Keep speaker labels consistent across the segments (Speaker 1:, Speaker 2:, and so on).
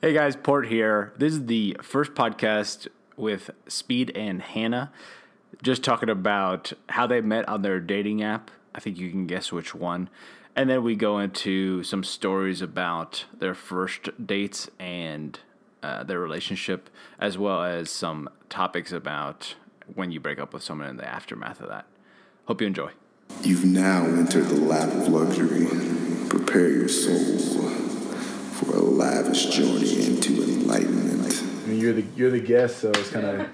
Speaker 1: Hey guys, Port here. This is the first podcast with Speed and Hannah, just talking about how they met on their dating app. I think you can guess which one. And then we go into some stories about their first dates and uh, their relationship, as well as some topics about when you break up with someone and the aftermath of that. Hope you enjoy.
Speaker 2: You've now entered the lap of luxury. Prepare your soul for a lavish journey into enlightenment.
Speaker 3: I mean, you're the you're the guest, so it's kind of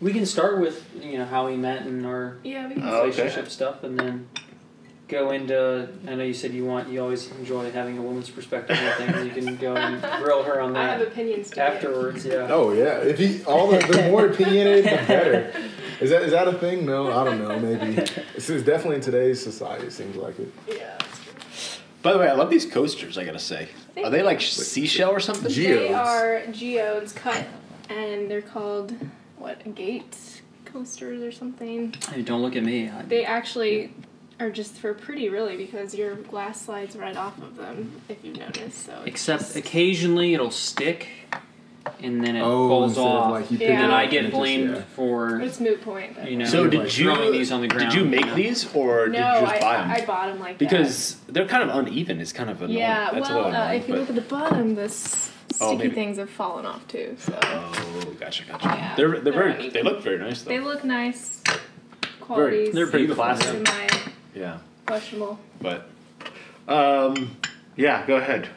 Speaker 4: We can start with you know how we met and our
Speaker 5: Yeah, we can.
Speaker 6: Oh, okay.
Speaker 4: relationship stuff, and then go into. I know you said you want you always enjoy having a woman's perspective on things. You can go and grill her on
Speaker 5: I have
Speaker 4: that
Speaker 5: opinions to
Speaker 4: afterwards. Yeah.
Speaker 3: oh yeah. If he all the, the more opinionated, the better. Is that is that a thing? No, I don't know. Maybe it's, it's definitely in today's society. It seems like it.
Speaker 5: give. Yeah.
Speaker 6: By the way, I love these coasters. I gotta say, are they like seashell or something?
Speaker 5: They
Speaker 3: Geodes.
Speaker 5: are geodes cut, and they're called what gate coasters or something.
Speaker 4: Hey, don't look at me. I,
Speaker 5: They actually are just for pretty, really, because your glass slides right off of them if you notice. So it's
Speaker 4: except
Speaker 5: just-
Speaker 4: occasionally it'll stick, and then it
Speaker 3: Oh,
Speaker 4: falls
Speaker 3: instead of,
Speaker 4: off,
Speaker 3: like, you
Speaker 5: pick
Speaker 4: and
Speaker 5: it
Speaker 4: then
Speaker 5: up
Speaker 4: I
Speaker 5: and
Speaker 3: it
Speaker 4: get
Speaker 3: just-
Speaker 4: blamed
Speaker 3: yeah.
Speaker 4: for
Speaker 5: it's moot point. Though.
Speaker 4: you know.
Speaker 6: So
Speaker 3: Like
Speaker 6: did you
Speaker 4: throwing these on the ground,
Speaker 6: Did you make
Speaker 4: you know?
Speaker 6: these or
Speaker 5: no,
Speaker 6: did you just
Speaker 5: I,
Speaker 6: buy them?
Speaker 5: I bought them like that.
Speaker 6: because they're kind of uneven. It's kind of annoying.
Speaker 5: yeah,
Speaker 6: That's a
Speaker 5: well,
Speaker 6: little
Speaker 5: uh,
Speaker 6: annoying,
Speaker 5: if you look at the bottom, the s-
Speaker 6: Oh,
Speaker 5: sticky
Speaker 6: maybe.
Speaker 5: things have fallen off too. So
Speaker 6: but- Oh, gotcha, gotcha.
Speaker 5: Yeah,
Speaker 6: they're they're
Speaker 5: they're
Speaker 6: very
Speaker 5: uneven.
Speaker 6: they look very nice though.
Speaker 5: they look nice.
Speaker 6: very
Speaker 5: Qualities.
Speaker 6: they're pretty classic.
Speaker 5: in my
Speaker 6: Yeah,
Speaker 5: questionable. Oh,
Speaker 6: but um, yeah. Go ahead.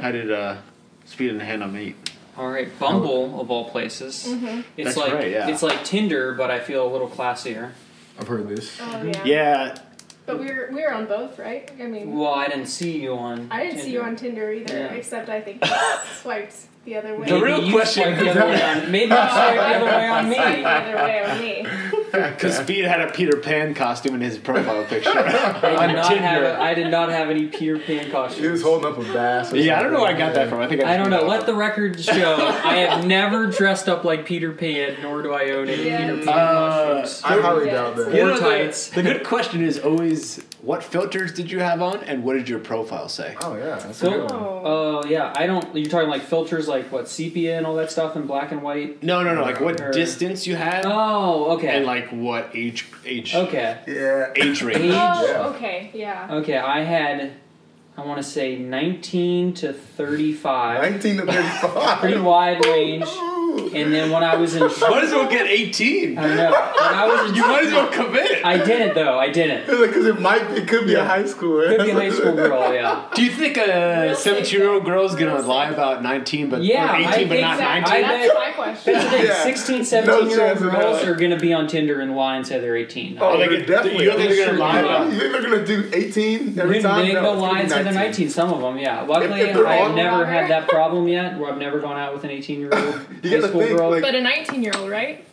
Speaker 6: How did uh, Speed and Hannah meet?
Speaker 4: All right, Bumble of all places. It's
Speaker 6: That's
Speaker 4: like
Speaker 6: right, yeah.
Speaker 4: it's like Tinder, but I feel a little classier.
Speaker 3: I've heard this.
Speaker 5: Oh yeah.
Speaker 6: Yeah,
Speaker 5: But we were we were on both, right? I mean,
Speaker 4: Well, I didn't see you on.
Speaker 5: I didn't see you
Speaker 4: Tinder.
Speaker 5: on Tinder either,
Speaker 4: Yeah.
Speaker 5: except I think I swiped the other way. Oh,
Speaker 6: The real
Speaker 4: you
Speaker 6: question
Speaker 4: swiped the other way on, maybe you swiped the other way on
Speaker 5: Swiped
Speaker 4: me.
Speaker 5: the other way on me.
Speaker 6: because Speed had a Peter Pan costume in his profile picture.
Speaker 4: I
Speaker 6: On
Speaker 4: did not have.
Speaker 6: Tinder.
Speaker 4: A, I did not have any Peter Pan
Speaker 3: He was
Speaker 4: costumes.
Speaker 3: holding up a bass. or
Speaker 6: yeah, I don't know where I
Speaker 3: something.
Speaker 6: got that from. I think I,
Speaker 4: I don't know. Let the record show. I have never dressed up like Peter Pan, nor do I own any
Speaker 5: Yeah.
Speaker 4: Peter Pan
Speaker 6: Uh,
Speaker 4: costumes.
Speaker 3: I highly
Speaker 5: Yeah,
Speaker 3: doubt
Speaker 5: it's-
Speaker 3: that.
Speaker 6: You
Speaker 4: Or
Speaker 6: know, the-
Speaker 4: tights.
Speaker 6: The, good question is always what filters did you have on and what did your profile say?
Speaker 3: Oh yeah. That's a
Speaker 4: So-
Speaker 3: good one.
Speaker 5: Oh.
Speaker 4: Oh yeah, I don't. You're talking like filters, like what sepia and all that stuff, and black and white.
Speaker 6: No, no, no. Like what
Speaker 4: Or-
Speaker 6: distance you had
Speaker 4: Oh, okay.
Speaker 6: and like what age age
Speaker 4: okay,
Speaker 3: yeah.
Speaker 6: age range.
Speaker 4: Age-
Speaker 5: Oh, okay, yeah.
Speaker 4: okay. I had, I want to say 19 to 35,
Speaker 3: 19 to 35.
Speaker 4: pretty wide range. And then when I was in,
Speaker 6: Might as well get eighteen.
Speaker 4: I know. When I was in,
Speaker 6: You might as well commit.
Speaker 4: I didn't though. I didn't.
Speaker 3: Because it might, it could be a high school.
Speaker 4: Could be a high school girl. Yeah.
Speaker 6: Do you think a
Speaker 5: Real
Speaker 6: seventeen-year-old
Speaker 5: safe.
Speaker 6: girl's gonna
Speaker 5: Real safe.
Speaker 6: lie about nineteen, but
Speaker 4: Yeah,
Speaker 6: or
Speaker 4: I
Speaker 6: eighteen, but
Speaker 4: think
Speaker 6: not
Speaker 4: that-
Speaker 6: nineteen?
Speaker 4: I-
Speaker 5: That's my question.
Speaker 4: That's the thing.
Speaker 3: Yeah.
Speaker 4: 16,
Speaker 3: No
Speaker 4: 17 year old
Speaker 3: chance in
Speaker 4: girls
Speaker 3: hell.
Speaker 4: are going to be on Tinder and lie and say they're 18.
Speaker 3: Oh,
Speaker 6: Like,
Speaker 3: they're definitely.
Speaker 6: you don't think they're gonna lie
Speaker 4: about-
Speaker 3: You think they're gonna do 18 every
Speaker 4: They-
Speaker 3: time?
Speaker 4: they
Speaker 3: No,
Speaker 4: go
Speaker 3: it's gonna
Speaker 4: lie
Speaker 3: be
Speaker 4: and say they're 19, some of them, yeah. Luckily,
Speaker 3: if they're
Speaker 4: I've
Speaker 3: all-
Speaker 4: never
Speaker 5: Robert.
Speaker 4: had that problem yet where I've never gone out with an 18 year old
Speaker 3: You
Speaker 4: high
Speaker 3: gotta
Speaker 4: school
Speaker 3: think,
Speaker 4: girl.
Speaker 3: like-
Speaker 5: But a 19 year old, right?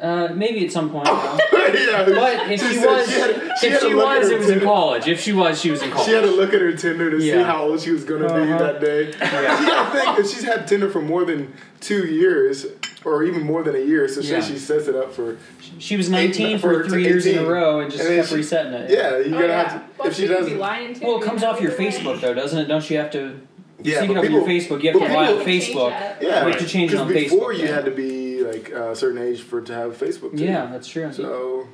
Speaker 4: uh, maybe at some point. you know.
Speaker 3: yeah,
Speaker 4: But if she
Speaker 3: said
Speaker 4: was,
Speaker 3: had- she
Speaker 4: if
Speaker 3: had a
Speaker 4: she
Speaker 3: look at
Speaker 4: was,
Speaker 3: her
Speaker 4: it was in
Speaker 3: Tinder.
Speaker 4: college. If she was, she was in college.
Speaker 3: She had to look at her Tinder to see
Speaker 4: Yeah.
Speaker 3: how old she was gonna be
Speaker 4: Uh-huh.
Speaker 3: that day. You gotta think if she's had Tinder for more than two years, or even more than a year, so say
Speaker 4: Yeah.
Speaker 3: she sets it up for.
Speaker 4: she was 19
Speaker 3: for
Speaker 4: for three years in a
Speaker 3: 18.
Speaker 4: row and just
Speaker 3: And then
Speaker 4: kept
Speaker 3: she-
Speaker 4: resetting it.
Speaker 3: Yeah, you're
Speaker 5: oh,
Speaker 3: gonna
Speaker 5: yeah.
Speaker 3: have to.
Speaker 5: well,
Speaker 3: if
Speaker 5: she,
Speaker 3: she
Speaker 5: could be
Speaker 3: doesn't,
Speaker 5: lying too.
Speaker 4: Well, it comes off your Facebook though, doesn't it? Don't you have to
Speaker 3: yeah,
Speaker 4: sync
Speaker 3: but
Speaker 4: it up
Speaker 3: people,
Speaker 4: with your Facebook? You have
Speaker 3: but
Speaker 4: to lie
Speaker 3: people
Speaker 4: on
Speaker 5: can change
Speaker 4: Facebook.
Speaker 5: that.
Speaker 3: yeah,
Speaker 4: We have to change it
Speaker 3: 'cause
Speaker 4: on Facebook,
Speaker 3: before you
Speaker 4: yeah.
Speaker 3: had to be like a certain age for to have Facebook. too.
Speaker 4: Yeah, that's true.
Speaker 3: So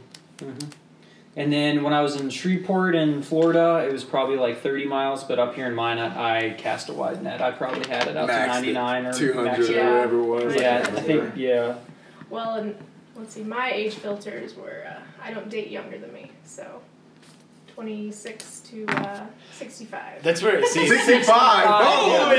Speaker 4: And then when I was in Shreveport in Florida, it was probably like 30 miles, but up here in Minot, I cast a wide net. I probably had it up
Speaker 3: maxed
Speaker 4: to
Speaker 3: it,
Speaker 4: 99 or
Speaker 3: 200
Speaker 4: maxed it
Speaker 3: or
Speaker 4: out.
Speaker 3: whatever it was.
Speaker 4: Yeah,
Speaker 3: can't
Speaker 4: I
Speaker 3: remember.
Speaker 4: think, yeah.
Speaker 5: Well, and let's see, my age filters were uh, I don't date younger than me, so 26 to uh, 65.
Speaker 6: That's where it seems.
Speaker 3: 65. Holy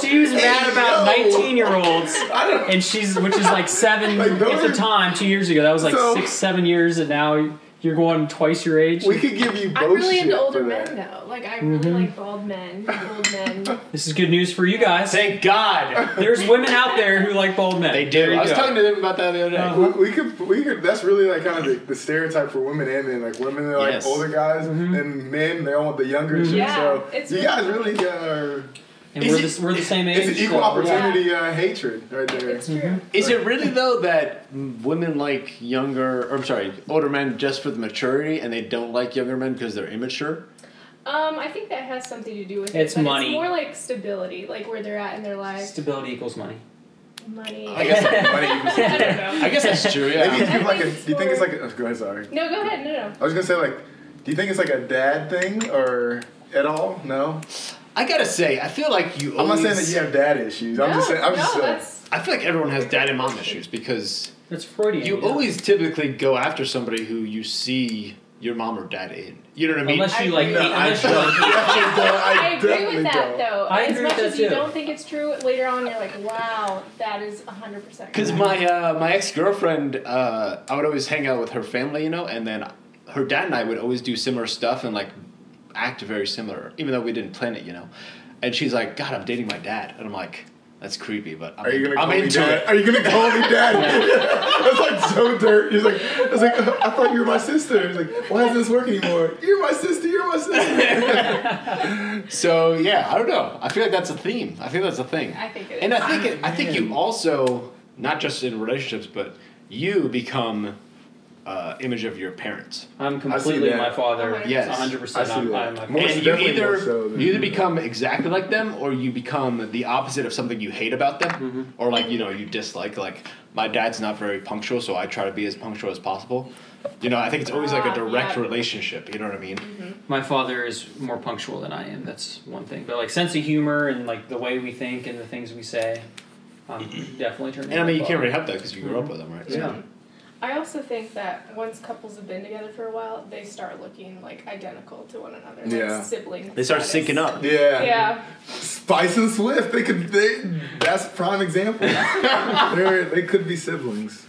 Speaker 3: shit!
Speaker 4: She was mad about
Speaker 3: Hey, yo.
Speaker 4: 19 year olds,
Speaker 3: I don't-
Speaker 4: and she's, which is like seven
Speaker 3: Like, those
Speaker 4: at the
Speaker 3: are-
Speaker 4: time, two years ago. That was like
Speaker 3: So-
Speaker 4: six, seven years, and now you're going twice your age.
Speaker 3: We could give you both.
Speaker 5: I'm really
Speaker 3: shit
Speaker 5: into older
Speaker 3: for that. Mm-hmm.
Speaker 5: men though. Like I really like bald men, old men.
Speaker 4: This is good news for you guys.
Speaker 6: Thank God.
Speaker 4: There's women out there who like bald men.
Speaker 6: They
Speaker 4: There
Speaker 6: do.
Speaker 4: you
Speaker 6: I was
Speaker 4: go.
Speaker 6: talking to them about that the other day.
Speaker 4: Uh-huh.
Speaker 3: We, we could, we could. That's really like kind of the, the stereotype for women and men. Like women, they like
Speaker 6: Yes.
Speaker 3: older guys, and men, they all want the younger. shit.
Speaker 5: Yeah,
Speaker 3: so
Speaker 5: it's
Speaker 3: you
Speaker 5: really-
Speaker 3: guys really are.
Speaker 4: and
Speaker 6: Is
Speaker 4: we're,
Speaker 6: it-
Speaker 4: the, we're the same age.
Speaker 3: It's an equal
Speaker 4: so, yeah.
Speaker 3: opportunity uh, hatred right there.
Speaker 5: It's true.
Speaker 6: Is it really though that women like younger, or I'm sorry, older men just for the maturity, and they don't like younger men because they're immature?
Speaker 5: Um, I think that has something to do with it.
Speaker 4: It's
Speaker 5: but
Speaker 4: money.
Speaker 5: It's more like stability, like where they're at in their lives.
Speaker 4: Stability equals money.
Speaker 5: Money.
Speaker 6: I guess that money equals-
Speaker 5: I don't know.
Speaker 6: I guess that's true.
Speaker 3: Maybe
Speaker 6: Yeah.
Speaker 3: you like a,
Speaker 5: think it's
Speaker 3: do you think it's
Speaker 5: more-
Speaker 3: like a, oh, go ahead, sorry.
Speaker 5: No, go ahead. No, no.
Speaker 3: I was gonna say like, do you think it's like a dad thing or at all? No,
Speaker 6: I gotta say, I feel like you.
Speaker 3: I'm not
Speaker 6: Always,
Speaker 3: saying that you have dad issues. I'm
Speaker 5: no,
Speaker 3: just saying. I'm
Speaker 5: no,
Speaker 3: just saying.
Speaker 5: that's
Speaker 6: I feel like everyone has dad and mom issues because
Speaker 4: That's Freudian.
Speaker 6: you
Speaker 4: yeah.
Speaker 6: always typically go after somebody who you see your mom or dad in. You know what I mean?
Speaker 4: Unless you like,
Speaker 5: No,
Speaker 4: hate-
Speaker 3: I
Speaker 4: unless you like,
Speaker 3: don't. Actually, no, I
Speaker 5: I, agree
Speaker 3: definitely
Speaker 5: with that
Speaker 3: don't.
Speaker 5: though.
Speaker 4: I
Speaker 5: as
Speaker 4: agree
Speaker 5: much
Speaker 4: with that,
Speaker 5: as you
Speaker 4: too.
Speaker 5: don't think it's true, later on you're like, wow, that is 100%.
Speaker 6: Because
Speaker 5: correct.
Speaker 6: my uh, my ex girlfriend, uh, I would always hang out with her family, you know, and then her dad and I would always do similar stuff and like act very similar, even though we didn't plan it, you know. And she's like, "God, I'm dating my dad," and I'm like, "That's creepy," but I'm,
Speaker 3: Are you gonna
Speaker 6: I'm
Speaker 3: call me
Speaker 6: into
Speaker 3: dad?
Speaker 6: it.
Speaker 3: Are you gonna call me dad? That's like so dirt. He's like, I was like, I thought you were my sister. He's like, why doesn't this work anymore? You're my sister. You're my sister.
Speaker 6: So yeah, I don't know. I feel like that's a theme. I think that's a thing.
Speaker 5: I think it
Speaker 6: And
Speaker 5: is.
Speaker 6: I think it, I think you also not just in relationships, but you become uh, image of your parents.
Speaker 4: I'm completely
Speaker 3: that.
Speaker 4: my father.
Speaker 6: Yes.
Speaker 4: 100.
Speaker 3: I see
Speaker 4: percent
Speaker 3: that.
Speaker 4: I'm my
Speaker 3: More-
Speaker 4: father.
Speaker 3: Most
Speaker 6: and you
Speaker 3: definitely
Speaker 6: either
Speaker 3: more so than-
Speaker 6: you either become exactly like them or you become the opposite of something you hate about them or like you know you dislike like my dad's not very punctual so i try to be as punctual as possible you know i think it's always like a
Speaker 5: Ah,
Speaker 6: direct
Speaker 5: yeah. Mm-hmm.
Speaker 6: relationship you know what i mean
Speaker 4: My father is more punctual than I am. That's one thing. But like sense of humor and like the way we think and the things we say, I'm definitely turning.
Speaker 6: and i mean you
Speaker 4: my
Speaker 6: can't
Speaker 4: father.
Speaker 6: really help that because you grew up with them right So-
Speaker 4: Yeah.
Speaker 5: I also think that once couples have been together for a while, they start looking like identical to one another, like
Speaker 3: Yeah.
Speaker 5: sibling.
Speaker 6: they start
Speaker 5: status.
Speaker 6: syncing up
Speaker 3: yeah.
Speaker 5: Yeah,
Speaker 3: Spice and Swift. They could. They. That's prime example. They're, they could be siblings.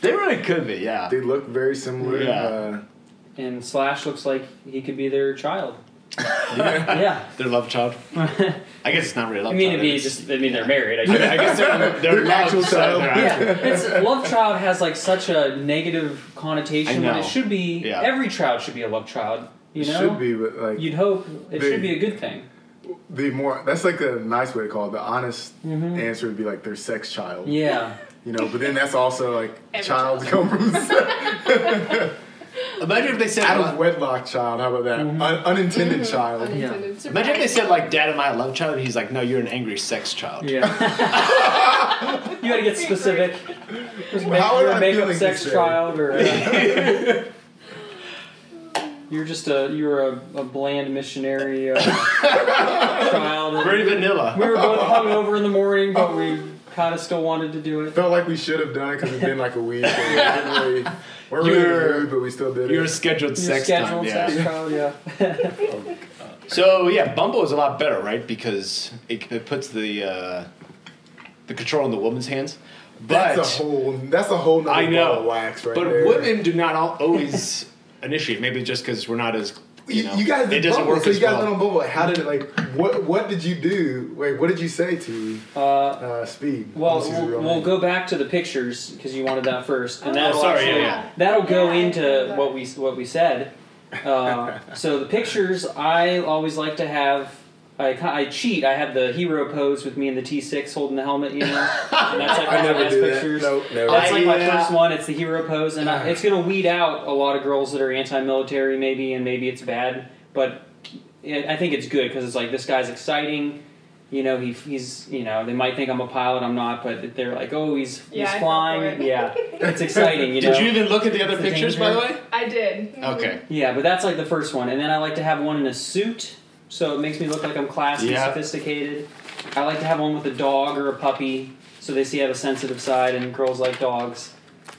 Speaker 6: they really could be yeah
Speaker 3: They look very similar.
Speaker 6: Yeah.
Speaker 3: Uh,
Speaker 4: And Slash looks like he could be their child.
Speaker 3: yeah.
Speaker 4: Yeah.
Speaker 6: their love child
Speaker 4: I
Speaker 6: i guess it's not really love
Speaker 4: mean,
Speaker 6: child
Speaker 4: it'd be
Speaker 6: it's-
Speaker 4: just. I mean, they're married. I
Speaker 6: I
Speaker 4: guess.
Speaker 6: guess they're,
Speaker 3: They're
Speaker 6: love
Speaker 3: actual
Speaker 6: son, they're
Speaker 3: child.
Speaker 4: Yeah,
Speaker 6: actual-
Speaker 4: it's, love child has like such a negative connotation
Speaker 6: I
Speaker 4: when
Speaker 6: know.
Speaker 4: it should be.
Speaker 6: Yeah.
Speaker 4: Every child should be a love child. You
Speaker 3: It
Speaker 4: know,
Speaker 3: should be, but like
Speaker 4: You'd hope it
Speaker 3: They-
Speaker 4: should be a good thing.
Speaker 3: the more. That's like a nice way to call it. The honest
Speaker 4: Mhm.
Speaker 3: answer would be like their sex child.
Speaker 4: Yeah,
Speaker 3: You know. But then that's also like
Speaker 5: Every
Speaker 3: child's come from
Speaker 6: imagine if they said
Speaker 3: out of wedlock child. How about that?
Speaker 4: Mm-hmm.
Speaker 3: Un- unintended
Speaker 5: Mm-hmm.
Speaker 3: child.
Speaker 5: unintended. surprise.
Speaker 6: Imagine if they said like, "Dad, am I a love child?" And he's like, "No, you're an angry sex child."
Speaker 4: yeah. you gotta get specific. There's ma-
Speaker 3: How am
Speaker 4: you're a
Speaker 3: I
Speaker 4: makeup
Speaker 3: feeling
Speaker 4: sex
Speaker 3: today?
Speaker 4: child, or uh, you're just a you're a, a bland missionary uh, child.
Speaker 6: Very
Speaker 4: We
Speaker 6: vanilla.
Speaker 4: were both hungover in the morning, but we kind of still wanted to do it.
Speaker 3: Felt like we should have done it because it's been like a week. And we didn't really, we're really
Speaker 6: You're-
Speaker 3: rude, but we still did
Speaker 6: You're a
Speaker 3: it.
Speaker 6: scheduled
Speaker 4: Your
Speaker 6: sex
Speaker 4: scheduled
Speaker 6: time. Yeah.
Speaker 4: sex child, yeah.
Speaker 6: So yeah, Bumble is a lot better, right? Because it, it puts the uh, the control in the woman's hands. But
Speaker 3: that's a whole. That's a whole. nother
Speaker 6: I know.
Speaker 3: ball of wax right
Speaker 6: but
Speaker 3: there.
Speaker 6: women do not al- always initiate. Maybe just because we're not as
Speaker 3: You,
Speaker 6: you know,
Speaker 3: you guys
Speaker 6: it
Speaker 3: did
Speaker 6: doesn't
Speaker 3: Bumble,
Speaker 6: work
Speaker 3: so
Speaker 6: as
Speaker 3: you guys
Speaker 6: well.
Speaker 3: went on Bumble. How did it like? What What did you do? Wait, what did you say to
Speaker 4: Uh,
Speaker 3: uh, Speed?
Speaker 4: Well,
Speaker 3: This is
Speaker 4: we'll,
Speaker 3: real
Speaker 4: we'll
Speaker 3: name.
Speaker 4: go back to the pictures because you wanted that first, and
Speaker 5: Oh,
Speaker 4: that'll
Speaker 6: Oh, sorry,
Speaker 4: actually-
Speaker 6: yeah, yeah.
Speaker 4: that'll go
Speaker 5: Yeah, I remember
Speaker 4: into
Speaker 5: that.
Speaker 4: what we what we said. Uh, so the pictures, I always like to have. I, ki- I cheat. I have the hero pose with me in the T6 holding the helmet, you know. And that's like
Speaker 3: I
Speaker 4: my
Speaker 3: never
Speaker 4: best
Speaker 3: do that.
Speaker 4: pictures.
Speaker 3: No, never.
Speaker 4: That's like my
Speaker 6: Yeah.
Speaker 4: first one. It's the hero pose, and I, it's gonna weed out a lot of girls that are anti-military, maybe, and maybe it's bad. But it, I think it's good because it's like this guy's exciting. You know, he, he's you know they might think I'm a pilot, I'm not, but they're like, oh, he's
Speaker 5: Yeah,
Speaker 4: he's
Speaker 5: I fell
Speaker 4: flying.
Speaker 5: for it.
Speaker 4: Yeah, it's exciting. You know.
Speaker 6: Did you even look at the other
Speaker 4: It's a
Speaker 6: pictures, by the way?
Speaker 5: I did.
Speaker 4: Uh-huh.
Speaker 6: Okay.
Speaker 4: Yeah, but that's like the first one, and then I like to have one in a suit, so it makes me look like I'm classy,
Speaker 6: Yeah.
Speaker 4: sophisticated. I like to have one with a dog or a puppy, so they see I have a sensitive side, and girls like dogs.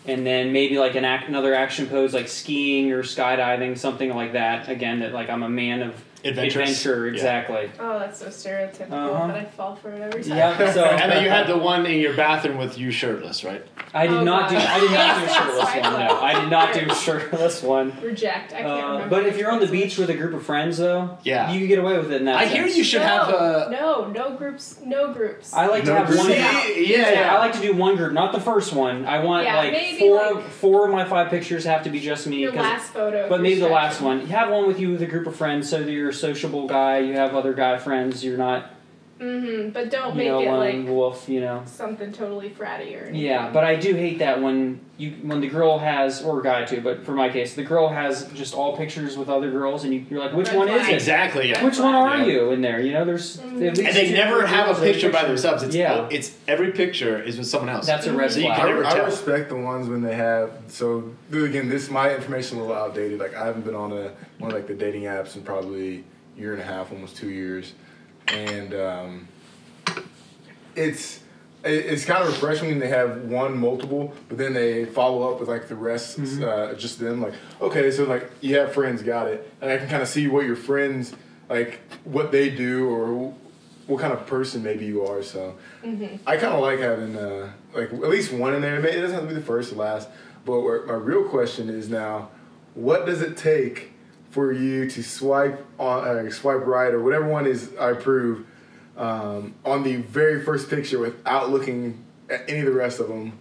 Speaker 4: And then maybe like an act, another action pose, like skiing or skydiving, something like that. Again, that like I'm a man of
Speaker 6: Adventurous.
Speaker 4: adventure,
Speaker 6: Yeah.
Speaker 4: exactly.
Speaker 5: Oh, that's so stereotypical,
Speaker 4: Uh-huh.
Speaker 5: but I fall for it every time.
Speaker 4: Yeah, so
Speaker 6: And then you had the one in your bathroom with you shirtless, right?
Speaker 4: I did
Speaker 5: Oh,
Speaker 4: not do
Speaker 5: God.
Speaker 4: I did not do a
Speaker 5: Yes,
Speaker 4: shirtless
Speaker 5: that's
Speaker 4: one.
Speaker 5: right.
Speaker 4: No, I did not do a shirtless one.
Speaker 5: Reject. I can't
Speaker 4: Uh,
Speaker 5: remember.
Speaker 4: but if you're on the beach with a group of friends, though,
Speaker 6: Yeah.
Speaker 4: you can get away with it. In that
Speaker 6: I hear
Speaker 4: sense.
Speaker 6: you should
Speaker 5: no,
Speaker 6: have a.
Speaker 5: no, no groups, no groups.
Speaker 4: I like to
Speaker 3: No
Speaker 4: have
Speaker 3: group.
Speaker 4: one.
Speaker 6: See?
Speaker 5: Yeah.
Speaker 6: yeah,
Speaker 4: Yeah, I
Speaker 6: yeah.
Speaker 4: like to do one group, not the first one. I want
Speaker 5: Yeah,
Speaker 4: like
Speaker 5: maybe,
Speaker 4: four
Speaker 5: like-
Speaker 4: four of my five pictures have to be just me.
Speaker 5: your
Speaker 4: 'cause-
Speaker 5: last photo.
Speaker 4: but
Speaker 5: for
Speaker 4: maybe the
Speaker 5: stretching.
Speaker 4: last one. You have one with you with a group of friends, so that you're a sociable guy. You have other guy friends. You're not
Speaker 5: Mm-hmm. But don't
Speaker 4: you
Speaker 5: make
Speaker 4: know,
Speaker 5: it
Speaker 4: lone
Speaker 5: like
Speaker 4: wolf, you know.
Speaker 5: something totally fratty or anything.
Speaker 4: Yeah, but I do hate that when you when the girl has or guy too, but for my case, the girl has just all pictures with other girls, and you, you're like, which
Speaker 5: Red
Speaker 4: one
Speaker 5: flag.
Speaker 4: is it?
Speaker 6: Exactly. Yeah.
Speaker 4: Which one are
Speaker 6: Yeah.
Speaker 4: you in there? You know, there's at
Speaker 5: Mm.
Speaker 4: least
Speaker 6: And they
Speaker 4: two
Speaker 6: never have a
Speaker 4: girls in
Speaker 6: picture by themselves. It's,
Speaker 4: yeah,
Speaker 6: it's every picture is with someone else.
Speaker 4: that's a red
Speaker 6: So you
Speaker 4: flag.
Speaker 6: can
Speaker 3: I,
Speaker 6: never
Speaker 3: I
Speaker 6: tell.
Speaker 3: respect the ones when they have. So dude, again, this my information a little outdated. Like I haven't been on a one of like the dating apps in probably a year and a half, almost two years, and um, it's it, it's kind of refreshing when they have one multiple, but then they follow up with like the rest, uh, just them. Like okay, so like you have friends, got it, and I can kind of see what your friends like, what they do, or what kind of person maybe you are. So I kind of like having uh, like at least one in there. Maybe it doesn't have to be the first or last. But where, my real question is now, what does it take for you to swipe on uh, swipe right or whatever one is I approve um, on the very first picture without looking at any of the rest of them?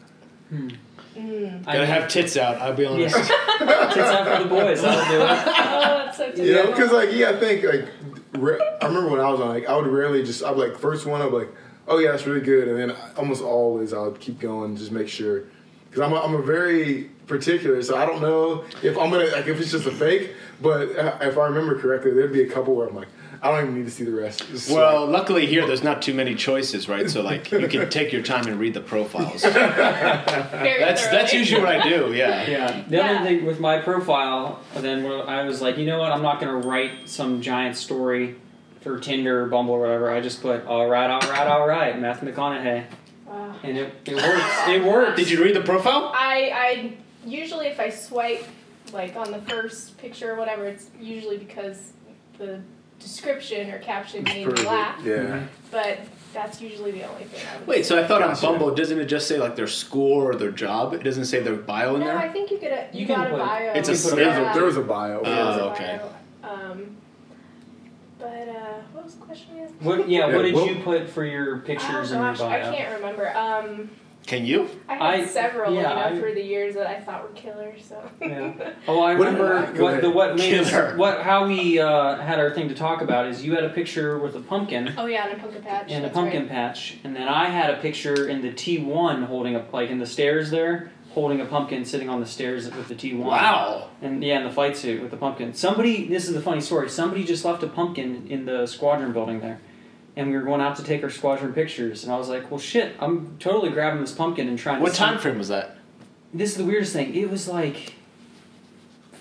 Speaker 4: I
Speaker 6: Gotta
Speaker 4: mean,
Speaker 6: have tits out. I'll be honest.
Speaker 4: yeah. tits out for the boys. That'll do it.
Speaker 5: Oh, that's so
Speaker 3: You know,
Speaker 5: terrible.
Speaker 3: because like yeah, I think like re- I remember when I was on like I would rarely just I'd be like first one I'd be like oh yeah that's really good and then almost always I'll keep going just make sure because I'm a, I'm a very particular so I don't know if I'm gonna like if it's just a fake but uh, if I remember correctly there'd be a couple where I'm like I don't even need to see the rest. Just
Speaker 6: Well, luckily here, there's not too many choices, right? So like, you can take your time and read the profiles. That's
Speaker 5: Very
Speaker 6: that's
Speaker 5: thoroughly.
Speaker 6: usually what I do. Yeah.
Speaker 4: Yeah. The
Speaker 5: Yeah.
Speaker 4: other thing with my profile, then when I was like, you know what? I'm not gonna write some giant story for Tinder, Bumble, or whatever. I just put all right, all right, all right, Matthew McConaughey,
Speaker 5: Wow.
Speaker 4: and it, it works. It works.
Speaker 6: Did you read the profile?
Speaker 5: I I usually if I swipe like on the first picture or whatever, it's usually because the description or caption made me
Speaker 3: perfect.
Speaker 5: laugh.
Speaker 3: yeah.
Speaker 5: But that's usually the only thing. I would
Speaker 6: Wait, so I thought
Speaker 3: Gotcha.
Speaker 6: on Bumble, doesn't it just say like their score or their job? It doesn't say their bio in
Speaker 5: No, I
Speaker 6: there.
Speaker 5: think you could. A, you,
Speaker 4: You can
Speaker 5: got a
Speaker 4: put-
Speaker 5: bio.
Speaker 6: It's a
Speaker 5: Yeah.
Speaker 6: s-
Speaker 3: There was a, there was a bio.
Speaker 5: There was a
Speaker 6: Oh, okay.
Speaker 5: bio. Um, but uh, what was the question again?
Speaker 4: What? Yeah.
Speaker 3: Yeah,
Speaker 4: What did
Speaker 3: well-
Speaker 4: you put for your pictures
Speaker 5: oh
Speaker 4: in your
Speaker 5: gosh,
Speaker 4: bio?
Speaker 5: I can't remember. Um,
Speaker 6: Can you?
Speaker 5: I had
Speaker 4: I-
Speaker 5: several,
Speaker 4: yeah,
Speaker 5: you know,
Speaker 4: I-
Speaker 5: through the years that I thought were killer. So
Speaker 4: Yeah. Oh, I
Speaker 3: What-
Speaker 4: remember
Speaker 3: go
Speaker 4: what the
Speaker 3: ahead.
Speaker 4: what made us-
Speaker 6: Killer.
Speaker 4: what how we uh, had our thing to talk about is you had a picture with a pumpkin
Speaker 5: oh yeah, and a pumpkin patch.
Speaker 4: in a
Speaker 5: that's
Speaker 4: pumpkin
Speaker 5: right.
Speaker 4: patch, and then I had a picture in the T one holding a like in the stairs there holding a pumpkin sitting on the stairs with the T one.
Speaker 6: Wow.
Speaker 4: And yeah, in the flight suit with the pumpkin. Somebody, this is the funny story. Somebody just left a pumpkin in the squadron building there, and we were going out to take our squadron pictures. And I was like, "Well, shit, I'm totally grabbing this pumpkin and trying."
Speaker 6: What
Speaker 4: to
Speaker 6: time frame was that?
Speaker 4: this is the weirdest thing. It was like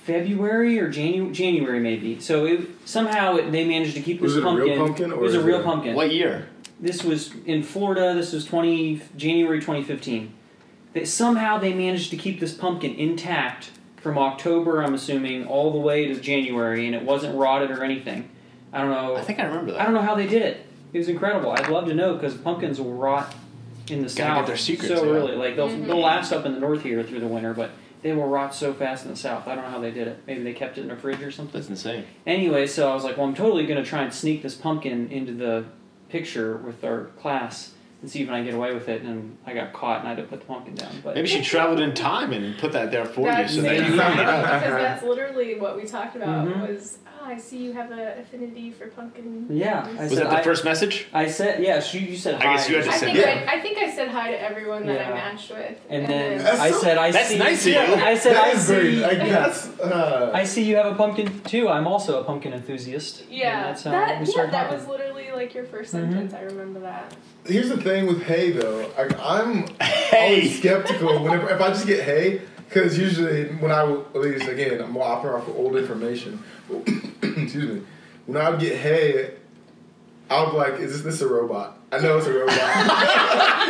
Speaker 4: February or Janu- January, maybe. So it somehow it, they managed to keep
Speaker 3: Was
Speaker 4: this
Speaker 3: it a real
Speaker 4: pumpkin.
Speaker 3: pumpkin or
Speaker 4: it was a
Speaker 3: is
Speaker 4: real
Speaker 3: it a-
Speaker 4: pumpkin.
Speaker 6: What year?
Speaker 4: This was in Florida. This was twenty January twenty fifteen. That somehow they managed to keep this pumpkin intact from October, I'm assuming, all the way to January, and it wasn't rotted or anything. I don't know.
Speaker 6: I think I remember that.
Speaker 4: I don't know how they did it. It was incredible. I'd love to know because pumpkins will rot in the
Speaker 6: Gotta
Speaker 4: south.
Speaker 6: get their secrets,
Speaker 4: so
Speaker 6: yeah.
Speaker 4: early. Like they'll,
Speaker 5: Mhm.
Speaker 4: they'll last up in the north here through the winter, but they will rot so fast in the south. I don't know how they did it. Maybe they kept it in a fridge or something.
Speaker 6: That's insane.
Speaker 4: Anyway, so I was like, well, I'm totally gonna try and sneak this pumpkin into the picture with our class and see if I can get away with it. And I got caught and I had to put the pumpkin down. But
Speaker 6: Maybe she traveled in time and put that there for you,
Speaker 5: That's-
Speaker 6: so that you
Speaker 4: Maybe.
Speaker 6: found it out.
Speaker 5: Because that's literally what we talked about.
Speaker 4: Mhm.
Speaker 5: Was oh, I see you have an affinity for pumpkin.
Speaker 4: Yeah, I
Speaker 5: I,
Speaker 6: Was that the
Speaker 4: I-
Speaker 6: first message?
Speaker 4: I said, yeah, she, you said
Speaker 6: I
Speaker 4: hi.
Speaker 6: guess you had to
Speaker 5: think
Speaker 3: Yeah.
Speaker 5: I, I think I said hi to everyone that I
Speaker 4: Yeah.
Speaker 5: matched with,
Speaker 4: And then
Speaker 3: That's
Speaker 4: I
Speaker 3: so-
Speaker 4: said, I
Speaker 6: That's
Speaker 4: see.
Speaker 6: nice of you.
Speaker 4: I said,
Speaker 3: That
Speaker 4: I
Speaker 3: is
Speaker 4: see.
Speaker 3: very- I
Speaker 4: yeah.
Speaker 3: guess. Uh,
Speaker 4: I see you have a pumpkin too. I'm also a pumpkin enthusiast. And
Speaker 5: yeah,
Speaker 4: that's how
Speaker 5: that
Speaker 4: we
Speaker 5: yeah,
Speaker 4: started
Speaker 5: that
Speaker 4: talking.
Speaker 5: was literally like your 1st
Speaker 4: Mhm.
Speaker 5: sentence. I remember that.
Speaker 3: Here's the thing with hay though. Like I'm
Speaker 6: Hey.
Speaker 3: always skeptical whenever if I just get hay, because usually when I would- at least again I'm more opting off of old information. Excuse me. When I would get hay, I would be like, "Is this, this a robot? I know it's a robot.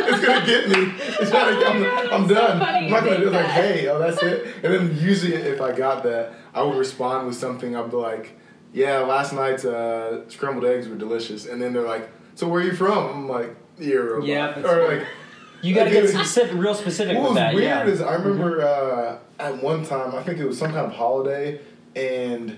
Speaker 3: it's gonna get me. It's gonna,
Speaker 5: Oh my
Speaker 3: I'm,
Speaker 5: God,
Speaker 3: I'm
Speaker 5: that's so
Speaker 3: done.
Speaker 5: funny
Speaker 3: I'm
Speaker 5: you
Speaker 3: not gonna
Speaker 5: think
Speaker 3: do it. Like
Speaker 5: that.
Speaker 3: hay. Oh, that's it. And then usually if I got that, I would respond with something. I'd be like, "Yeah, last night's uh, scrambled eggs were delicious." And then they're like, "So where are you from?" I'm like, "You're a robot."
Speaker 4: Yeah, that's
Speaker 3: or
Speaker 4: funny.
Speaker 3: like.
Speaker 4: You got to get
Speaker 3: Dude.
Speaker 4: specific, real specific
Speaker 3: What
Speaker 4: with
Speaker 3: was
Speaker 4: that.
Speaker 3: weird
Speaker 4: yeah. Mm-hmm.
Speaker 3: is I remember uh, at one time I think it was some kind of holiday and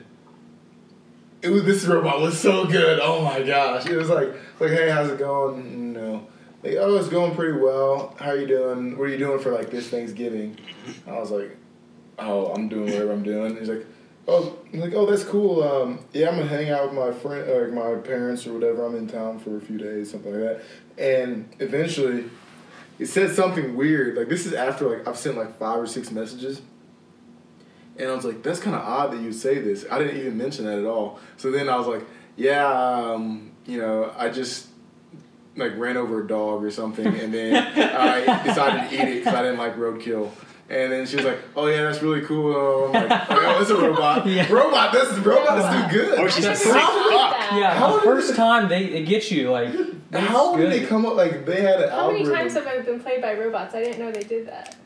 Speaker 3: it was this robot was so good. Oh my gosh! It was like like hey, how's it going? You know, like oh, it's going pretty well. How are you doing? What are you doing for like this Thanksgiving? I was like, oh, I'm doing whatever I'm doing. He's like, oh, like, oh, that's cool. Um, yeah, I'm gonna hang out with my friend, or my parents, or whatever. I'm in town for a few days, something like that. And eventually, it said something weird. Like this is after like I've sent like five or six messages. And I was like, that's kind of odd that you say this. I didn't even mention that at all. So then I was like, yeah, um, you know, I just like ran over a dog or something, and then I decided to eat it because I didn't like roadkill. And then she was like, "Oh yeah, that's really cool." I'm like, "Oh, it's a robot.
Speaker 4: Yeah.
Speaker 3: Robot. That's robot. That's too good."
Speaker 6: Or she's
Speaker 5: I
Speaker 6: a
Speaker 5: never
Speaker 6: sick
Speaker 5: thought of
Speaker 6: fuck.
Speaker 5: that.
Speaker 4: Yeah,
Speaker 3: How
Speaker 4: the
Speaker 3: did-
Speaker 4: first time they, they get you, like that's
Speaker 3: How did
Speaker 4: good.
Speaker 3: they come up? Like they had an
Speaker 5: How many
Speaker 3: algorithm.
Speaker 5: times have I been played by robots? I didn't know they did that.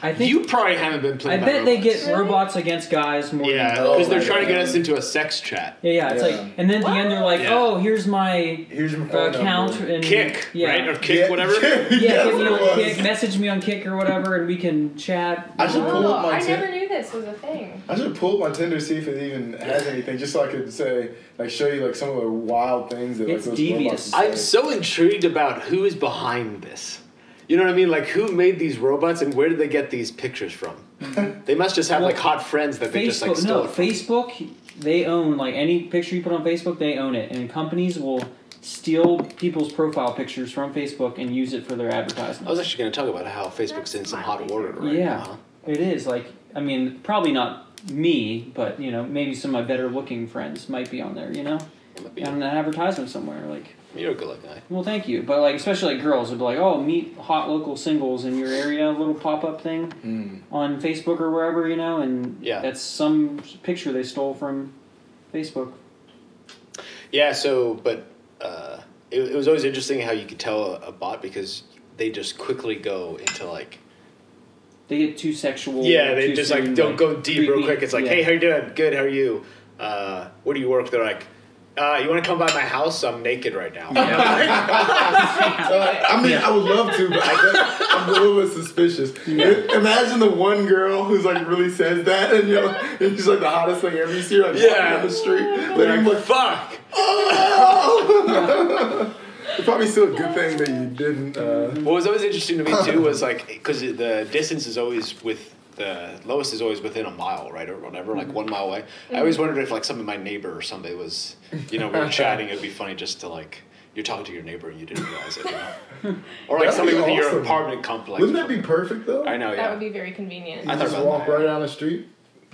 Speaker 4: I think
Speaker 6: You probably haven't been
Speaker 4: I
Speaker 6: playing.
Speaker 4: bet they get
Speaker 5: Really?
Speaker 4: robots against guys more.
Speaker 6: Yeah,
Speaker 4: than
Speaker 6: because they're
Speaker 3: Oh,
Speaker 6: trying to get
Speaker 3: yeah.
Speaker 6: us into a sex chat.
Speaker 4: yeah, yeah. It's
Speaker 3: Yeah.
Speaker 4: like, and then at the end they're like,
Speaker 6: Yeah.
Speaker 4: oh, here's my
Speaker 3: Here's
Speaker 6: Oh,
Speaker 3: your
Speaker 4: uh,
Speaker 3: phone
Speaker 4: account
Speaker 3: number.
Speaker 4: and
Speaker 6: Kick,
Speaker 4: yeah.
Speaker 6: right? Or kick,
Speaker 3: Yeah,
Speaker 6: whatever.
Speaker 3: Yeah,
Speaker 4: Yeah,
Speaker 3: that's
Speaker 4: give me
Speaker 3: what it
Speaker 4: on
Speaker 3: was.
Speaker 4: Kick, message me on Kick or whatever, and we can chat.
Speaker 3: I should pull up
Speaker 5: Oh,
Speaker 3: my.
Speaker 5: I
Speaker 3: Tin-
Speaker 5: never knew this was a thing.
Speaker 3: I should pull up my Tinder to see if it even has anything, just so I could say, like, show you like some of the wild things that
Speaker 4: It's
Speaker 3: like, those
Speaker 4: devious.
Speaker 3: robots
Speaker 6: I'm
Speaker 3: say.
Speaker 6: so intrigued about who is behind this. You know what I mean? Like, who made these robots and where did they get these pictures from? they must just have
Speaker 4: Well,
Speaker 6: like hot friends that they just like
Speaker 4: Facebook, no,
Speaker 6: stole. it from.
Speaker 4: Facebook, they own like any picture you put on Facebook, they own it, and companies will steal people's profile pictures from Facebook and use it for their
Speaker 6: I
Speaker 4: advertisements.
Speaker 6: was actually going to talk about how Facebook's in some hot water right
Speaker 4: yeah,
Speaker 6: now. huh?
Speaker 4: it is like I mean, probably not me, but you know, maybe some of my better looking friends might be on there. You know,
Speaker 6: It might be-
Speaker 4: on an advertisement somewhere, like.
Speaker 6: You're a good looking guy.
Speaker 4: Well, thank you. But like, especially like girls would be like, "Oh, meet hot local singles in your area." Little pop up thing
Speaker 3: Mm.
Speaker 4: on Facebook or wherever you know, and
Speaker 6: Hmm. Yeah.
Speaker 4: that's some picture they stole from Facebook.
Speaker 6: Yeah, so, but uh, it, it was always interesting how you could tell a, a bot because they just quickly go into like.
Speaker 4: They get too sexual.
Speaker 6: Yeah, they
Speaker 4: too
Speaker 6: just
Speaker 4: soon,
Speaker 6: like don't go deep real
Speaker 4: creepy.
Speaker 6: quick. It's like,
Speaker 4: Yeah.
Speaker 6: hey, how you doing? Good. How are you? Uh, where do you work? They're like, uh, you want to come by my house? I'm naked right now.
Speaker 3: Uh, I mean, I would love to, but I guess I'm a little bit suspicious. Imagine the one girl who's like really says that, and you're like, and she's like the hottest thing ever. You see her like
Speaker 6: Yeah.
Speaker 3: walking down the street, but
Speaker 6: They're
Speaker 3: I'm
Speaker 6: like,
Speaker 3: like,
Speaker 6: fuck.
Speaker 3: oh! it's probably still a good thing that you didn't. Uh,
Speaker 6: What was always interesting to me too was like, because the distance is always with the lowest is always within a mile, right, or whatever, like one mile away. I always wondered if like some of my neighbor or somebody was, you know, we were chatting. It'd be funny just to like. You're talking to your neighbor and you didn't realize it, you know? or like
Speaker 3: That'd
Speaker 6: somebody
Speaker 3: be
Speaker 6: within your
Speaker 3: awesome.
Speaker 6: apartment complex.
Speaker 3: wouldn't that be perfect though?
Speaker 6: I know, Oh, yeah.
Speaker 5: That would be very convenient.
Speaker 3: You
Speaker 6: I thought
Speaker 3: just
Speaker 6: about
Speaker 3: walk
Speaker 6: that.
Speaker 3: right down the street,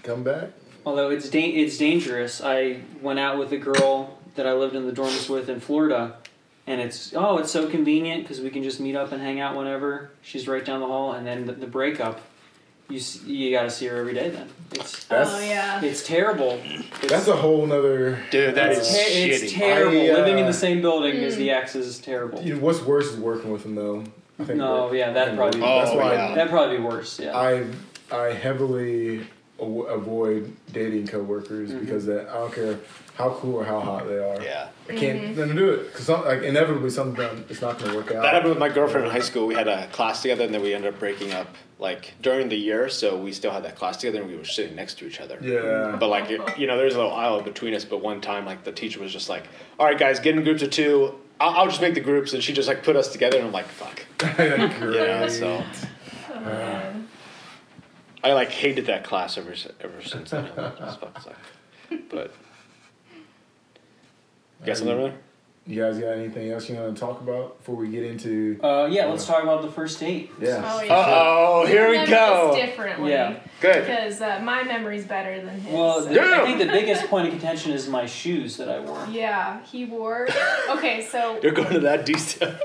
Speaker 3: come back.
Speaker 4: Although it's da- it's dangerous. I went out with a girl that I lived in the dorms with in Florida, and it's oh, it's so convenient because we can just meet up and hang out whenever. She's right down the hall, and then the, the breakup. You s- you gotta see her every day. Then it's
Speaker 3: That's-
Speaker 5: oh yeah.
Speaker 4: it's terrible. It's,
Speaker 3: That's a whole nother.
Speaker 6: Dude, that is
Speaker 4: it's, ter- it's
Speaker 6: shitty.
Speaker 4: terrible.
Speaker 3: I, uh,
Speaker 4: Living in the same building
Speaker 5: Hmm.
Speaker 4: as the ex is terrible.
Speaker 3: You know, what's worse is working with them though. I think
Speaker 4: No,
Speaker 3: work-
Speaker 4: yeah, that'd
Speaker 3: I think
Speaker 4: probably
Speaker 3: work-
Speaker 6: be-
Speaker 3: that's
Speaker 6: Oh,
Speaker 3: why
Speaker 6: yeah.
Speaker 4: That'd probably be worse. Yeah.
Speaker 3: I I heavily aw- avoid dating coworkers
Speaker 4: Mm-hmm.
Speaker 3: because that I don't care how cool or how hot they are.
Speaker 6: yeah.
Speaker 3: I can't
Speaker 5: Mm-hmm.
Speaker 3: let them do it because like inevitably something it's not going to work out.
Speaker 6: That happened with my girlfriend in high school. We had a class together, and then we ended up breaking up like during the year. So we still had that class together, and we were sitting next to each other.
Speaker 3: yeah.
Speaker 6: But like it- you know, there's a little aisle between us. But one time, like the teacher was just like, "All right, guys, get in groups of two. I'll, I'll just make the groups," and she just like put us together, and I'm like, "Fuck."
Speaker 3: Great.
Speaker 6: Yeah. So
Speaker 5: Oh, man.
Speaker 6: I like hated that class ever s- ever since then. I'm like, "This fucking sucks." But you got something over there?
Speaker 3: You guys got anything else you want to talk about before we get into?
Speaker 4: uh, yeah, let's talk about the first date.
Speaker 3: Yeah.
Speaker 5: Oh, yeah.
Speaker 6: Uh oh, here we
Speaker 5: Remember This
Speaker 6: go.
Speaker 5: differently.
Speaker 4: Yeah.
Speaker 6: Good.
Speaker 5: Because uh, my memory's better than his.
Speaker 4: Well,
Speaker 5: so-
Speaker 4: the- I
Speaker 6: Damn.
Speaker 4: think the biggest point of contention is my shoes that I wore.
Speaker 5: yeah, he wore. Okay, so
Speaker 6: You're going to that detail.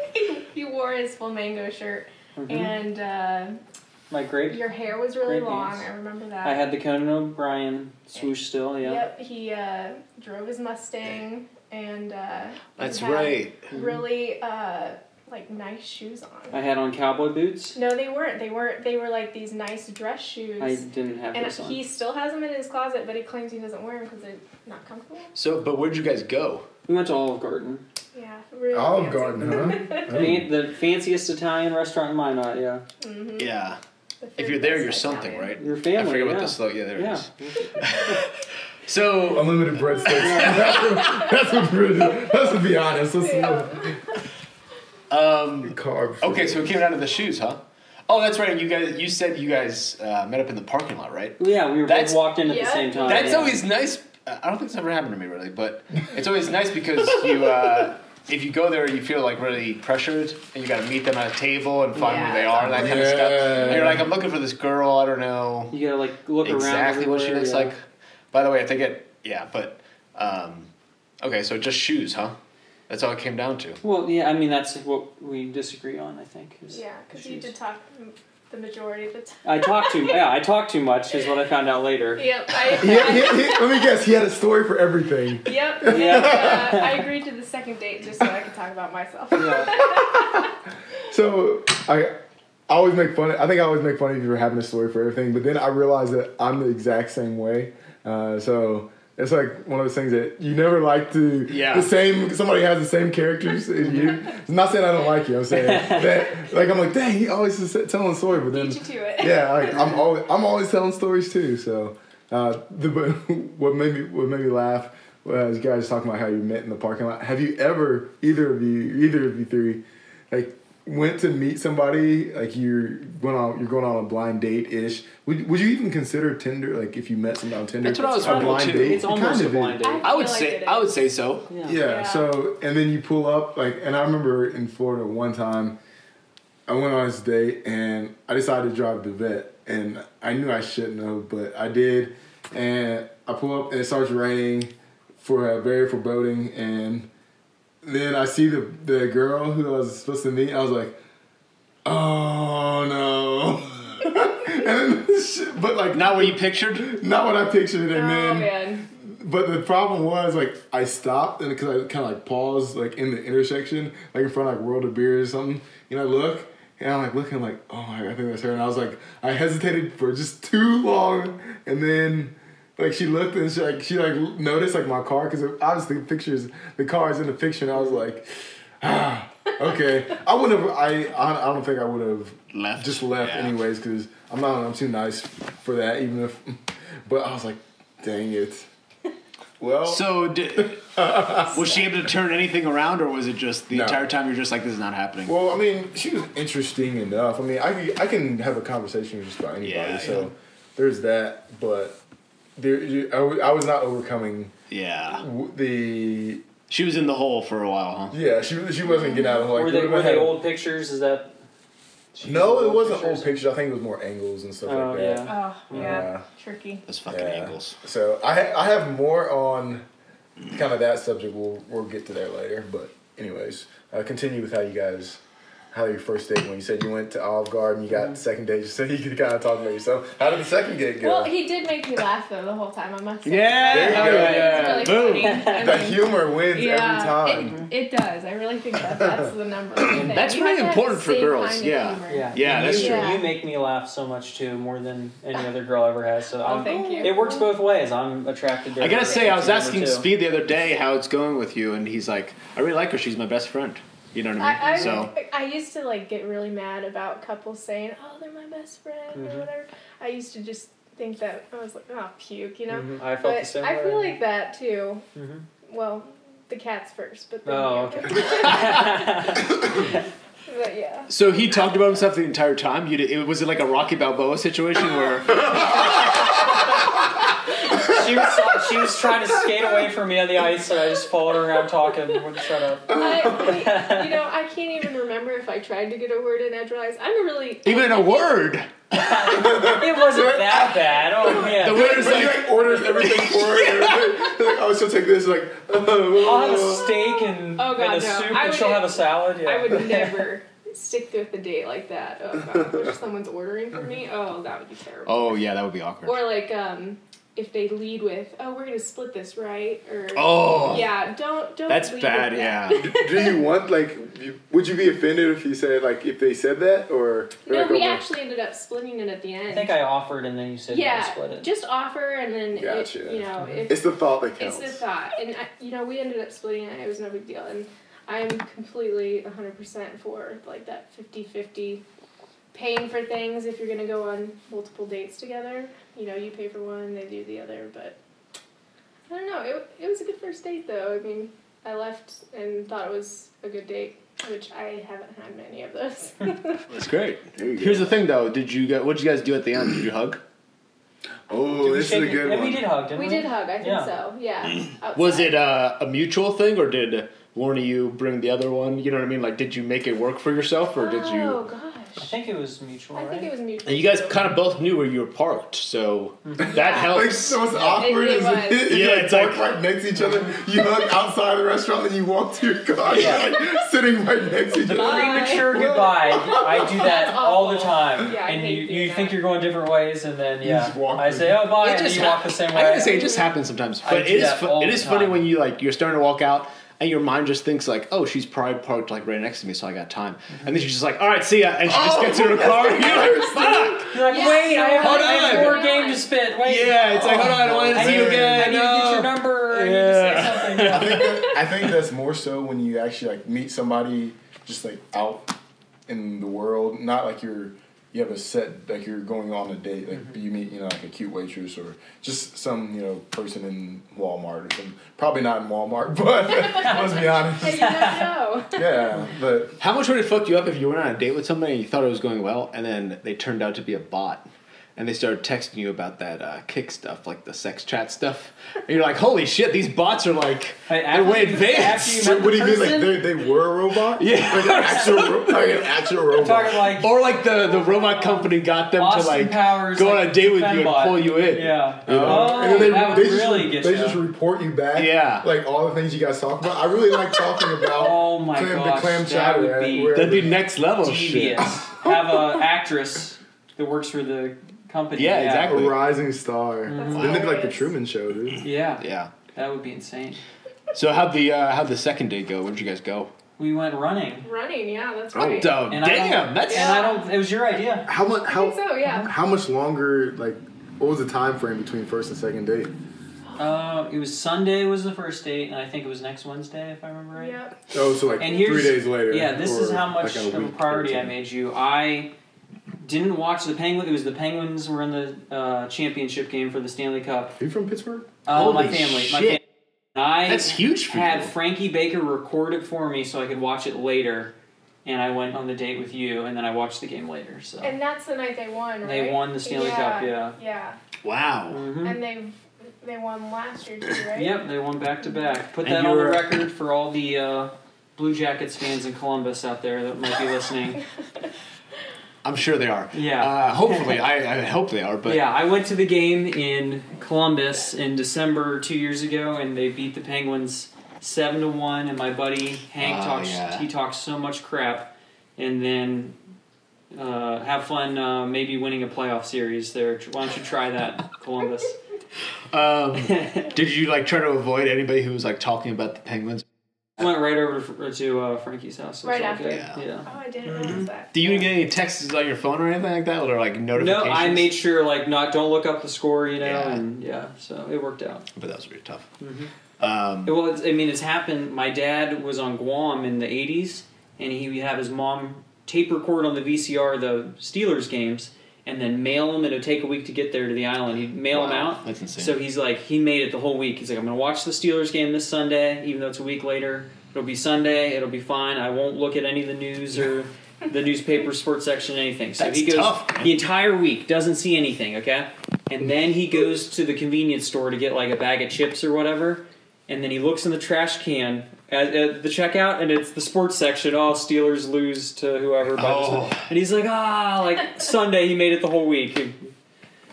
Speaker 5: he wore his flamingo shirt,
Speaker 4: Mm-hmm.
Speaker 5: and uh,
Speaker 4: My grape.
Speaker 5: your hair was really
Speaker 4: Great
Speaker 5: long.
Speaker 4: beans.
Speaker 5: I remember that.
Speaker 4: I had the Conan O'Brien swoosh still. Yeah.
Speaker 5: Yep, he uh, drove his Mustang, and uh, he
Speaker 6: That's
Speaker 5: had
Speaker 6: right.
Speaker 5: Really, uh, like nice shoes on.
Speaker 4: I had on cowboy boots.
Speaker 5: No, they weren't. They weren't. They were like these nice dress shoes.
Speaker 4: I didn't have
Speaker 5: and
Speaker 4: those on.
Speaker 5: he still has them in his closet, but he claims he doesn't wear them because they're not comfortable.
Speaker 6: So, but where'd you guys go?
Speaker 4: We went to Olive Garden,
Speaker 5: Yeah, really.
Speaker 3: Olive
Speaker 5: fancy.
Speaker 3: Garden, huh?
Speaker 6: Hmm.
Speaker 4: Fan- the fanciest Italian restaurant in Minot. Yeah.
Speaker 6: Yeah.
Speaker 5: The food
Speaker 6: If you're there,
Speaker 5: was
Speaker 6: you're something,
Speaker 5: Italian.
Speaker 6: right?
Speaker 4: Your family.
Speaker 6: I forget
Speaker 4: yeah.
Speaker 6: what this though. Yeah, there it
Speaker 4: Yeah.
Speaker 6: is. So,
Speaker 3: Unlimited breadsticks. that's what. That's what. Really, let's be honest. Let's
Speaker 5: Yeah.
Speaker 6: um,
Speaker 3: carbs.
Speaker 6: okay, so it came down to the shoes, huh? Oh, that's right. You guys, you said you guys uh, met up in the parking lot, right?
Speaker 4: Yeah, we were
Speaker 6: That's-
Speaker 4: both walked in at
Speaker 5: Yeah.
Speaker 4: the same time.
Speaker 6: That's
Speaker 4: yeah.
Speaker 6: always nice. I don't think it's ever happened to me really, but it's always nice because you, uh, if you go there, you feel like really pressured, and you got to meet them at a table and find who
Speaker 5: Yeah.
Speaker 6: they are and that kind of stuff. And you're
Speaker 3: Yeah.
Speaker 6: like, I'm looking for this girl. I don't know
Speaker 4: You gotta like look around.
Speaker 6: exactly what she
Speaker 4: everywhere,
Speaker 6: looks
Speaker 4: yeah.
Speaker 6: like. By the way, if they get yeah, but um, okay, so just shoes, huh? That's all it came down to.
Speaker 4: Well, yeah, I mean that's what we disagree on. I think. is
Speaker 5: Yeah, because you
Speaker 4: issues.
Speaker 5: did talk m- the majority of the time.
Speaker 4: I talk too. Yeah, I talk too much is what I found out later.
Speaker 5: Yep. I,
Speaker 3: Yeah, he, he, let me guess. He had a story for everything.
Speaker 5: Yep.
Speaker 4: Yeah.
Speaker 5: Uh, I agreed to the second date just so I could talk about myself.
Speaker 4: Yeah.
Speaker 3: So I, I always make fun. I think I always make fun of you for having a story for everything. But then I realized that I'm the exact same way. Uh, so it's like one of those things that you never like to.
Speaker 6: Yeah.
Speaker 3: The same. Somebody has the same characters as you. I'm not saying I don't like you. I'm saying that. Like I'm like, dang, he always is telling a story, but then
Speaker 5: Beat you to it.
Speaker 3: yeah, like I'm always I'm always telling stories too. So uh, the but what made me what made me laugh was you guys talking about how you met in the parking lot. Have you ever either of you either of you three like went to meet somebody like you're going on you're going on a blind date ish? Would, would you even consider Tinder like if you met somebody on Tinder?
Speaker 6: That's what I was
Speaker 3: a
Speaker 6: wondering,
Speaker 3: blind
Speaker 6: too.
Speaker 3: date?
Speaker 4: It's
Speaker 3: It
Speaker 4: almost
Speaker 3: kind
Speaker 4: a
Speaker 3: of
Speaker 4: blind
Speaker 3: is.
Speaker 4: date.
Speaker 6: I would
Speaker 5: feel like
Speaker 6: say
Speaker 5: it
Speaker 6: I
Speaker 5: is.
Speaker 6: would say so.
Speaker 4: Yeah.
Speaker 3: Yeah,
Speaker 5: Yeah.
Speaker 3: So and then you pull up like, and I remember in Florida one time, I went on this date and I decided to drive the vet, and I knew I shouldn't have, but I did, and I pull up and it starts raining, for a very foreboding, and then I see the the girl who I was supposed to meet. I was like, oh no. and then, but like not,
Speaker 6: Not what you pictured.
Speaker 3: not what I pictured,
Speaker 5: Oh
Speaker 3: and then
Speaker 5: man.
Speaker 3: but the problem was like I stopped and because I kind of like paused like in the intersection, like in front of like World of Beer or something, and I look and I'm like looking like oh my god, I think that's her, and I was like I hesitated for just too long, and then like she looked and she like she like noticed like my car because obviously the pictures the car is in the picture, and I was like. Ah, okay, I would have. I I I don't think I would have
Speaker 6: Left?
Speaker 3: Just left
Speaker 6: Yeah.
Speaker 3: anyways because I'm not. I'm too nice for that. Even if, but I was like, dang it. Well,
Speaker 6: So d was she able to turn anything around, or was it just the
Speaker 3: No.
Speaker 6: entire time you're just like this is not happening?
Speaker 3: well, I mean, she was interesting enough. I mean, I can- I can have a conversation with just about anybody.
Speaker 6: Yeah,
Speaker 3: so
Speaker 6: yeah.
Speaker 3: there's that, but there, you- I, w- I was not overcoming
Speaker 6: yeah,
Speaker 3: w- the.
Speaker 6: she was in the hole for a while, huh?
Speaker 3: Yeah, she she wasn't getting out of like.
Speaker 4: were
Speaker 3: what
Speaker 4: they
Speaker 3: if I
Speaker 4: were they
Speaker 3: had-
Speaker 4: old pictures? Is that?
Speaker 3: No, it wasn't
Speaker 4: pictures?
Speaker 3: old pictures. I think it was more angles and stuff
Speaker 4: Oh
Speaker 3: like that. Uh,
Speaker 4: yeah.
Speaker 5: Oh yeah.
Speaker 3: Yeah.
Speaker 5: Tricky.
Speaker 6: Those fucking
Speaker 3: Yeah.
Speaker 6: angles.
Speaker 3: So I ha- I have more on kind of that subject. We'll we'll get to there later. But anyways, uh, continue with how you guys how your first date when you said you went to Olive Garden, you
Speaker 5: Mm-hmm.
Speaker 3: got the second date. So you could kind of talk about yourself. How did the second date go?
Speaker 5: Well, he did make me laugh though the whole time. I must. Say.
Speaker 3: There you
Speaker 6: Yeah.
Speaker 3: go.
Speaker 5: It's really
Speaker 6: Boom.
Speaker 5: funny. I
Speaker 3: the
Speaker 5: mean,
Speaker 3: humor wins every
Speaker 5: yeah,
Speaker 3: time.
Speaker 5: It, it does. I really think that that's the number. One thing.
Speaker 6: That's
Speaker 5: You have
Speaker 6: really
Speaker 5: to have
Speaker 6: important
Speaker 5: the
Speaker 6: for
Speaker 5: same
Speaker 6: girls,
Speaker 5: kind of
Speaker 6: yeah.
Speaker 5: humor.
Speaker 4: Yeah.
Speaker 6: Yeah, that's
Speaker 4: you,
Speaker 5: true.
Speaker 4: You make me laugh so much too, more than any other girl ever has. So
Speaker 5: Oh,
Speaker 4: I'm-
Speaker 5: thank you.
Speaker 4: It works both ways. I'm attracted to.
Speaker 6: I
Speaker 4: her.
Speaker 6: gotta say, I was
Speaker 4: Number
Speaker 6: asking
Speaker 4: two.
Speaker 6: Speed the other day how it's going with you, and he's like, "I really like her. She's my best friend." You know what I mean?
Speaker 5: I, I,
Speaker 6: so
Speaker 5: I used to like get really mad about couples saying, "Oh, they're my best friend" or
Speaker 4: Mm-hmm.
Speaker 5: whatever. I used to just think that I was like, "Oh, puke," you know.
Speaker 3: Mm-hmm.
Speaker 4: Mhm, I felt the
Speaker 5: But
Speaker 4: same
Speaker 5: I
Speaker 4: way.
Speaker 5: feel like that too.
Speaker 4: Mhm.
Speaker 5: Well, the cats first, but then
Speaker 4: Oh,
Speaker 5: you. but yeah.
Speaker 6: So he talked about himself the entire time. You did, it, was it like a Rocky Balboa situation where?
Speaker 4: she was so- she was trying to skate away from me on the ice, and I just followed her around talking. Wouldn't shut up.
Speaker 5: I, you know, I can't even remember if I tried to get a word in edgewise. I'm a really
Speaker 6: Even in a word,
Speaker 4: It wasn't that bad. Oh
Speaker 6: the
Speaker 4: yeah.
Speaker 6: word is
Speaker 3: When he
Speaker 6: like
Speaker 3: like orders everything for her. like, oh, she'll take this. Like, "Uh,
Speaker 4: I'll have a steak and,
Speaker 5: Oh, God,
Speaker 4: and a
Speaker 5: no.
Speaker 4: soup,
Speaker 5: I
Speaker 4: and she'll
Speaker 5: would-
Speaker 4: have a salad. Yeah.
Speaker 5: I would never stick with a date like that. Oh, God. Or if someone's ordering for me, oh, that would be terrible.
Speaker 6: Oh yeah, that would be awkward.
Speaker 5: Or like, um, if they lead with, "Oh, we're gonna split this, right?" Or
Speaker 6: oh,
Speaker 5: yeah, don't don't.
Speaker 6: that's
Speaker 5: lead with
Speaker 6: bad.
Speaker 5: that.
Speaker 6: Yeah.
Speaker 3: do you want like? you- Would you be offended if you said like if they said that or?
Speaker 5: No,
Speaker 3: like,
Speaker 5: we
Speaker 3: over-
Speaker 5: actually ended up splitting it at the end.
Speaker 4: I think I offered, and then you said yeah,
Speaker 5: yeah,
Speaker 4: split it.
Speaker 5: just offer and then it-
Speaker 3: Gotcha.
Speaker 5: you know if
Speaker 3: It's the thought that
Speaker 5: It's
Speaker 3: counts.
Speaker 5: the thought, and I, you know, we ended up splitting it. It was no big deal, and I'm completely 100% for like that 50-50 paying for things. If you're gonna go on multiple dates together, you know, you pay for one, they do the other. But I don't know. It it was a good first date though. I mean, I left and thought it was a good date. I which I haven't had many of those.
Speaker 3: Mm-hmm.
Speaker 6: It's great.
Speaker 3: There you go.
Speaker 6: Here's the thing, though. Did you guys, what'd you guys do at the end? Did you hug?
Speaker 3: oh,
Speaker 4: we
Speaker 3: this is
Speaker 4: shake
Speaker 3: a
Speaker 4: it-
Speaker 3: good
Speaker 4: and
Speaker 3: one.
Speaker 4: We did hug, didn't we?
Speaker 5: we did hug, I think
Speaker 4: Yeah.
Speaker 5: so. Yeah.
Speaker 6: Was
Speaker 5: outside.
Speaker 6: it uh, a mutual thing, or did one of you bring the other one? You know what I mean? Like, did you make it work for yourself, or did
Speaker 5: Oh
Speaker 6: you?
Speaker 4: I
Speaker 5: gosh.
Speaker 4: think it was mutual,
Speaker 5: I
Speaker 4: right?
Speaker 5: think it was mutual.
Speaker 6: And you guys kind of both knew where you were parked, so that
Speaker 3: Like,
Speaker 6: helps.
Speaker 3: so it's awkward.
Speaker 5: it
Speaker 3: as it
Speaker 5: was.
Speaker 3: is.
Speaker 6: Yeah,
Speaker 3: You're,
Speaker 6: it's like-
Speaker 3: parked right next to each other. You hug outside the restaurant, and you walk to your car, you're like, sitting right next to each
Speaker 4: the
Speaker 3: other.
Speaker 4: premature goodbye. I do that
Speaker 5: That's
Speaker 4: all the
Speaker 5: awful.
Speaker 4: time,
Speaker 5: Yeah, I
Speaker 4: and
Speaker 5: hate
Speaker 4: you,
Speaker 5: doing
Speaker 4: you
Speaker 5: that.
Speaker 4: think you're going different ways, and then
Speaker 3: You
Speaker 4: yeah,
Speaker 3: just walk
Speaker 4: I
Speaker 3: through.
Speaker 4: say oh bye,
Speaker 6: It
Speaker 4: and then
Speaker 6: just
Speaker 4: you
Speaker 6: hap-
Speaker 4: walk the same
Speaker 6: I
Speaker 4: way.
Speaker 6: gotta say, it just happens sometimes.
Speaker 4: I
Speaker 6: But
Speaker 4: do
Speaker 6: it is
Speaker 4: that
Speaker 6: fu-
Speaker 4: all
Speaker 6: it
Speaker 4: the
Speaker 6: is funny
Speaker 4: time.
Speaker 6: when you like you're starting to walk out and your mind just thinks like, oh, she's probably parked like right next to me, so I got time. And then she's just like, all right, see ya, and she just
Speaker 3: Oh,
Speaker 6: gets in her car. And you're like, fuck.
Speaker 4: You're like
Speaker 5: Yeah,
Speaker 4: wait, I have,
Speaker 6: hold
Speaker 4: I have
Speaker 6: on.
Speaker 4: more game to spit. Wait,
Speaker 6: Yeah, it's like, hold on, I wanted to
Speaker 4: I
Speaker 6: see
Speaker 4: need,
Speaker 6: you again.
Speaker 4: I need to get
Speaker 6: no.
Speaker 4: your number. I need to
Speaker 6: Yeah.
Speaker 4: say something. Yeah.
Speaker 3: I think, that- I think that's more so when you actually like meet somebody just like out in the world, not like you're you have a set like you're going on a date, like you meet you know like a cute waitress or just some you know person in Walmart or some probably not in Walmart, but let's be
Speaker 5: How do
Speaker 3: honest,
Speaker 5: you not know?
Speaker 3: yeah, but
Speaker 6: How much would it fuck you up if you went on a date with somebody and you thought it was going well, and then they turned out to be a bot, and they started texting you about that uh, kick stuff, like the sex chat stuff, and you're like, "Holy shit, these bots are like
Speaker 4: Hey,
Speaker 6: they're way
Speaker 4: after- after you
Speaker 6: advanced."
Speaker 4: met-
Speaker 3: what do you mean like
Speaker 4: Person?
Speaker 3: they, they were a robot?
Speaker 6: Yeah.
Speaker 3: like an actual ro- like an actual robot.
Speaker 4: Talking like
Speaker 6: Or like the, the robot company got them to
Speaker 4: Austin
Speaker 6: like
Speaker 4: Powers,
Speaker 6: go
Speaker 4: like,
Speaker 6: on a date with you and
Speaker 4: Fembot.
Speaker 6: pull you in.
Speaker 4: yeah.
Speaker 6: You know?
Speaker 4: Oh,
Speaker 3: and then they,
Speaker 4: that would
Speaker 3: they just,
Speaker 4: really get
Speaker 3: they
Speaker 4: you.
Speaker 3: just report you back.
Speaker 6: Yeah.
Speaker 3: Like all the things you guys talk about. I really like talking about
Speaker 4: Oh my
Speaker 3: clam,
Speaker 4: gosh,
Speaker 3: the clam
Speaker 4: that
Speaker 3: chowder.
Speaker 4: would
Speaker 3: right,
Speaker 4: be-
Speaker 3: where-
Speaker 6: That'd be next level
Speaker 3: oh,
Speaker 4: devious.
Speaker 6: shit.
Speaker 4: have a actress that works for the company.
Speaker 6: Yeah,
Speaker 3: a
Speaker 6: exactly.
Speaker 3: rising star.
Speaker 5: That's
Speaker 3: They look like the
Speaker 5: hilarious.
Speaker 3: Truman Show, dude.
Speaker 4: Yeah,
Speaker 6: Yeah.
Speaker 4: that would be insane.
Speaker 6: So how'd the uh, how'd the second date go? Where'd you guys go?
Speaker 4: We went running,
Speaker 5: Running, yeah, that's
Speaker 3: Oh,
Speaker 5: right.
Speaker 6: Duh,
Speaker 4: And I
Speaker 6: damn,
Speaker 4: don't-
Speaker 6: that's
Speaker 5: Yeah.
Speaker 4: and I don't. It was your idea.
Speaker 3: How much?
Speaker 5: I
Speaker 3: How
Speaker 5: think so, yeah.
Speaker 3: how much longer? Like, what was the time frame between first and second date?
Speaker 4: Uh, it was Sunday was the first date, and I think it was next Wednesday if I remember right.
Speaker 5: Yep.
Speaker 3: Oh, so like
Speaker 4: And here's
Speaker 3: three days later.
Speaker 4: Yeah, this is
Speaker 3: or
Speaker 4: how much
Speaker 3: like a
Speaker 4: of a
Speaker 3: week
Speaker 4: priority
Speaker 3: or
Speaker 4: I
Speaker 3: two.
Speaker 4: made you. I didn't watch the Penguins. It was the Penguins were in the uh, championship game for the Stanley Cup.
Speaker 3: Are you from Pittsburgh?
Speaker 4: Uh,
Speaker 6: Holy
Speaker 4: my family, my
Speaker 6: shit.
Speaker 4: family. And I
Speaker 6: that's huge for
Speaker 4: had
Speaker 6: you.
Speaker 4: Frankie Baker record it for me so I could watch it later. And I went on the date with you, and then I watched the game later. So
Speaker 5: And that's the night they won, right?
Speaker 4: They won the Stanley Cup, yeah.
Speaker 5: Yeah.
Speaker 6: Wow.
Speaker 4: Mhm.
Speaker 5: And they they won last year too, right?
Speaker 4: Yep, they won back to back. Put
Speaker 6: And
Speaker 4: that on the
Speaker 6: you're-
Speaker 4: record for all the uh, Blue Jackets fans in Columbus out there that might be listening.
Speaker 6: I'm sure they are.
Speaker 4: Yeah.
Speaker 6: Uh, hopefully, I, I hope they are. But
Speaker 4: yeah, I went to the game in Columbus in December two years ago, and they beat the Penguins seven to one. And my buddy Hank
Speaker 6: Oh,
Speaker 4: talks
Speaker 6: yeah.
Speaker 4: he talks so much crap, and then uh, have fun uh, maybe winning a playoff series there. Why don't you try that, Columbus?
Speaker 6: um, did you like try to avoid anybody who was like talking about the penguins?
Speaker 4: Went right over to, to uh, Frankie's house. It was
Speaker 5: Right
Speaker 4: all
Speaker 5: after.
Speaker 4: good.
Speaker 6: Yeah.
Speaker 4: yeah.
Speaker 5: Oh, I didn't realize that.
Speaker 6: Do you get any texts on your phone or anything like that, or like
Speaker 4: No,
Speaker 6: notifications?
Speaker 4: I made sure like not don't look up the score, you know,
Speaker 6: Yeah.
Speaker 4: and yeah, so it worked out.
Speaker 6: But that was really tough.
Speaker 4: Mhm.
Speaker 6: Um,
Speaker 4: It was, I mean, it's happened. My dad was on Guam in the '80s, and he would have his mom tape record on the VCR the Steelers games, and then mail them. and It would take a week to get there to the island. He'd mail them
Speaker 6: Wow,
Speaker 4: out.
Speaker 6: That's insane.
Speaker 4: So he's like, he made it the whole week. He's like, I'm gonna watch the Steelers game this Sunday, even though it's a week later. It'll be Sunday. It'll be fine. I won't look at any of the news or the newspaper, sports section, anything. So he
Speaker 6: That's
Speaker 4: goes
Speaker 6: tough, man.
Speaker 4: the entire week, doesn't see anything. Okay, and then he goes to the convenience store to get like a bag of chips or whatever, and then he looks in the trash can. At, at the checkout, and it's the sports section. Oh, Steelers lose to whoever. By
Speaker 6: Oh.
Speaker 4: oh. And he's like, ah, like Sunday, he made it the whole week.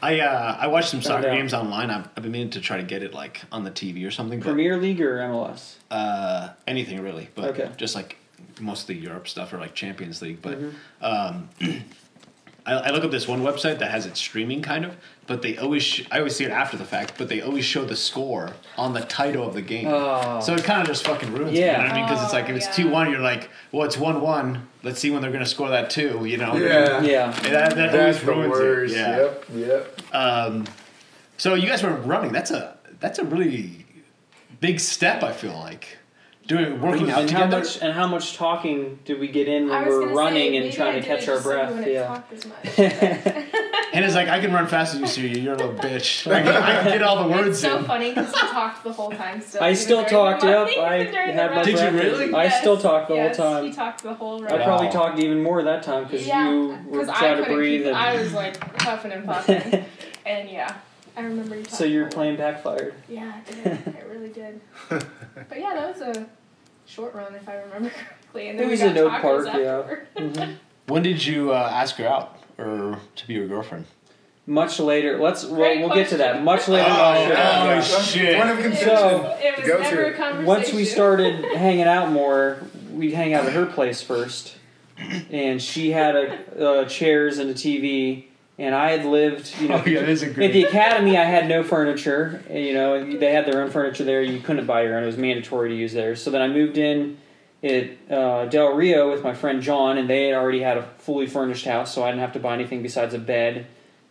Speaker 6: I uh, I watched some
Speaker 4: Found
Speaker 6: soccer
Speaker 4: out.
Speaker 6: games online. I've, I've been meaning to try to get it like on the TV or something, but
Speaker 4: Premier League or MLS?
Speaker 6: uh, anything really. But
Speaker 4: Okay.
Speaker 6: just like most of the Europe stuff or like Champions League. But
Speaker 3: Mm-hmm.
Speaker 6: um, I, I look up this one website that has it streaming kind of, but they always sh- I always see it after the fact, but they always show the score on the title of the game.
Speaker 4: Oh.
Speaker 6: So it kind of just fucking ruins. it,
Speaker 4: Yeah.
Speaker 6: you know what I mean, because it's like if it's
Speaker 5: Oh,
Speaker 6: two
Speaker 5: yeah.
Speaker 6: one, you're like, well, it's one one. Let's see when they're gonna score that two. You know.
Speaker 3: Yeah.
Speaker 4: Yeah.
Speaker 6: And That, that
Speaker 3: That's
Speaker 6: always
Speaker 3: the
Speaker 6: ruins
Speaker 3: worst.
Speaker 6: it. Yeah.
Speaker 3: Yep. Yep.
Speaker 6: Um, so you guys were running. That's a that's a really big step. I feel like doing working out
Speaker 4: And how
Speaker 6: together.
Speaker 4: much and how much talking did we get in when
Speaker 5: I was
Speaker 4: we
Speaker 5: gonna
Speaker 4: were running
Speaker 5: say,
Speaker 4: and
Speaker 5: maybe I
Speaker 4: trying to
Speaker 5: did it
Speaker 4: catch our
Speaker 5: just so we
Speaker 4: breath?
Speaker 5: wouldn't
Speaker 4: Yeah.
Speaker 5: talk as much.
Speaker 6: Hannah's like, I can run faster than you, Siri. You're a little bitch. Like, I can get all the words
Speaker 5: It's so
Speaker 6: in.
Speaker 5: funny because you talked the whole time. Still,
Speaker 4: I
Speaker 5: even
Speaker 4: still
Speaker 5: during
Speaker 4: talked,
Speaker 5: the
Speaker 4: yep.
Speaker 5: morning,
Speaker 4: I
Speaker 5: even during the
Speaker 4: had my
Speaker 5: run.
Speaker 6: Did you
Speaker 4: breakfast.
Speaker 6: really?
Speaker 4: I
Speaker 5: Yes,
Speaker 4: still talked the
Speaker 5: yes,
Speaker 4: whole time.
Speaker 5: He talked the whole
Speaker 4: I
Speaker 5: run.
Speaker 6: Wow.
Speaker 4: probably talked even more that time because
Speaker 5: yeah,
Speaker 4: you were
Speaker 5: 'cause I
Speaker 4: trying to
Speaker 5: couldn't
Speaker 4: breathe.
Speaker 5: keep-
Speaker 4: and
Speaker 5: I was like puffing and puffing, and yeah, I remember you.
Speaker 4: so
Speaker 5: talking
Speaker 4: your
Speaker 5: a lot.
Speaker 4: plan backfired.
Speaker 5: Yeah, I did. I really did. But yeah, that was a short run if I remember correctly. And then
Speaker 4: It
Speaker 5: we
Speaker 4: was
Speaker 5: got
Speaker 4: an Oak
Speaker 5: tacos
Speaker 4: Park, yeah.
Speaker 5: afterward.
Speaker 6: When did you uh, ask her out or to be your girlfriend?
Speaker 4: Much later, let's we'll,
Speaker 5: Great
Speaker 4: we'll get to that.
Speaker 5: question.
Speaker 4: Much later. on the show.
Speaker 6: Oh,
Speaker 3: That's
Speaker 6: shit.
Speaker 3: Point of
Speaker 5: It was,
Speaker 3: contention.
Speaker 4: So,
Speaker 5: it was
Speaker 3: go
Speaker 5: never
Speaker 3: to.
Speaker 5: a conversation.
Speaker 4: Once we started hanging out more, we'd hang out at her place first, and she had a, uh chairs and a TV, and I had lived, you know,
Speaker 6: Oh, yeah, this is a
Speaker 4: At the
Speaker 6: great.
Speaker 4: academy, I had no furniture. and, You know, they had their own furniture there. You couldn't buy your own; it was mandatory to use theirs. So then I moved in at uh, Del Rio with my friend John, and they had already had a fully furnished house, so I didn't have to buy anything besides a bed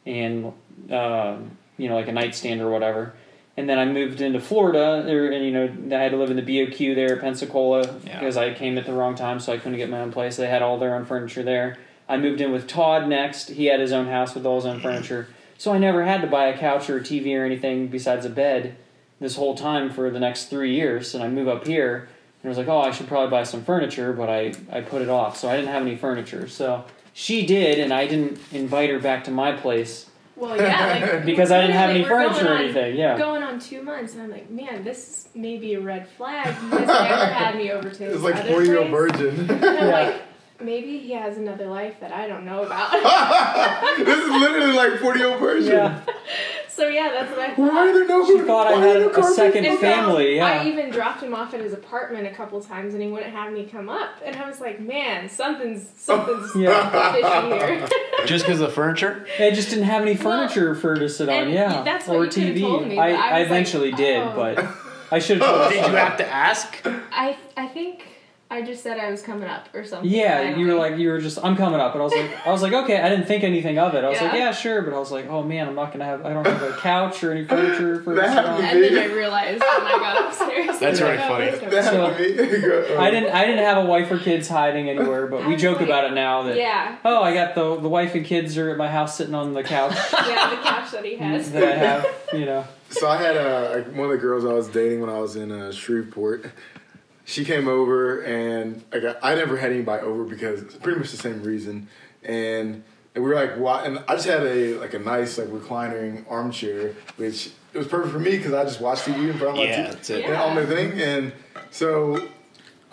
Speaker 4: and uh, you know, like a nightstand or whatever. And then I moved into Florida, or, and you know, I had to live in the BOQ there, at Pensacola,
Speaker 6: Yeah.
Speaker 4: because I came at the wrong time, so I couldn't get my own place. They had all their own furniture there. I moved in with Todd next. He had his own house with all his own furniture, so I never had to buy a couch or a TV or anything besides a bed this whole time for the next three years. And I move up here, and I was like, oh, I should probably buy some furniture, but I I put it off, so I didn't have any furniture. So she did, and I didn't invite her back to my place
Speaker 5: Well, yeah, like,
Speaker 4: because I didn't have any
Speaker 5: literally, we're
Speaker 4: furniture or
Speaker 5: going on-
Speaker 4: anything. Yeah.
Speaker 5: Going on two months, and I'm like, man, this is maybe a red flag. You guys never had me over to
Speaker 3: It
Speaker 5: this
Speaker 3: was like
Speaker 5: other
Speaker 3: 40 year old
Speaker 5: place.
Speaker 3: virgin.
Speaker 5: And I'm
Speaker 4: Yeah.
Speaker 5: like, maybe he has another life that I don't know about.
Speaker 3: this is literally like 40 year old virgin.
Speaker 4: Yeah,
Speaker 5: so yeah, that's what I thought.
Speaker 3: Why are there no
Speaker 4: she thought I
Speaker 3: why are
Speaker 4: had
Speaker 3: there no
Speaker 4: a
Speaker 3: carpets?
Speaker 4: second
Speaker 5: In fact,
Speaker 4: family.
Speaker 5: I
Speaker 4: Yeah,
Speaker 5: even dropped him off at his apartment a couple times, and he wouldn't have me come up. And I was like, "Man, something's something's
Speaker 4: Yeah.
Speaker 5: fishy here."
Speaker 6: Just because of the furniture?
Speaker 4: I just didn't have any furniture for her to sit on.
Speaker 5: and
Speaker 4: Yeah,
Speaker 5: that's what
Speaker 4: or
Speaker 5: you could've
Speaker 4: TV.
Speaker 5: told me, but
Speaker 4: I,
Speaker 5: I
Speaker 4: I
Speaker 5: was like,
Speaker 4: eventually did,
Speaker 5: oh.
Speaker 4: but I should have.
Speaker 6: Did you have to ask? Oh,
Speaker 5: I I think I just said I was coming up or something. I
Speaker 4: Yeah,
Speaker 5: don't
Speaker 4: you were
Speaker 5: know.
Speaker 4: like you were just I'm coming up, and I was like I was like okay, I didn't think anything of it. I was like
Speaker 5: Yeah.
Speaker 4: yeah, sure, but I was like oh man, I'm not gonna have I don't have a couch or any furniture for
Speaker 3: That
Speaker 4: this.
Speaker 3: happened
Speaker 4: long.
Speaker 5: And then I realized when I got upstairs.
Speaker 6: That's
Speaker 5: that
Speaker 6: really
Speaker 5: I
Speaker 6: funny.
Speaker 5: was
Speaker 3: That
Speaker 4: So-
Speaker 5: over-
Speaker 3: happened to me. Go-
Speaker 4: I didn't I didn't have a wife or kids hiding anywhere, but
Speaker 5: I
Speaker 4: we
Speaker 5: was
Speaker 4: joke
Speaker 5: like-
Speaker 4: about it now that
Speaker 5: Yeah,
Speaker 4: oh I got the the wife and kids are at my house sitting on the couch
Speaker 5: yeah, the couch that he has.
Speaker 4: that I have you know
Speaker 3: So I had uh, one of the girls I was dating when I was in uh, Shreveport. She came over and I got I never had anybody over because it's pretty much the same reason. And, and we were like, why? And I just had a like a nice like reclining armchair, which it was perfect for me because I just watched TV in front of my
Speaker 6: Yeah,
Speaker 3: TV
Speaker 6: that's it.
Speaker 5: Yeah.
Speaker 3: and on my thing. And so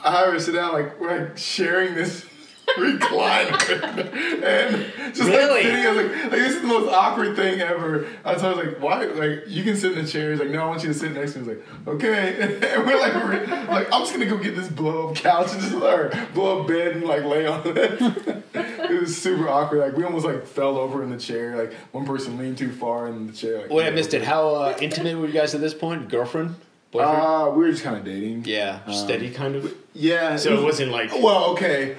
Speaker 3: I had her sit down like we're like sharing this. recliner and just
Speaker 6: Really?
Speaker 3: like sitting I was like, like, this is the most awkward thing ever. I was, I was like, why? Like, you can sit in the chair. He's like, no, I want you to sit next to me. He's like, okay. And we're like, we're, like, I'm just gonna go get this blow up couch and just or blow up bed and like lay on it. it was super awkward. Like, we almost like fell over in the chair. Like, one person leaned too far in the chair. Like,
Speaker 6: Wait, I missed it. How uh, intimate were you guys at this point? Girlfriend? Boyfriend?
Speaker 3: Uh, we were just kind of dating.
Speaker 6: yeah, um, steady kind of.
Speaker 3: Yeah.
Speaker 6: So it wasn't like
Speaker 3: Well, okay.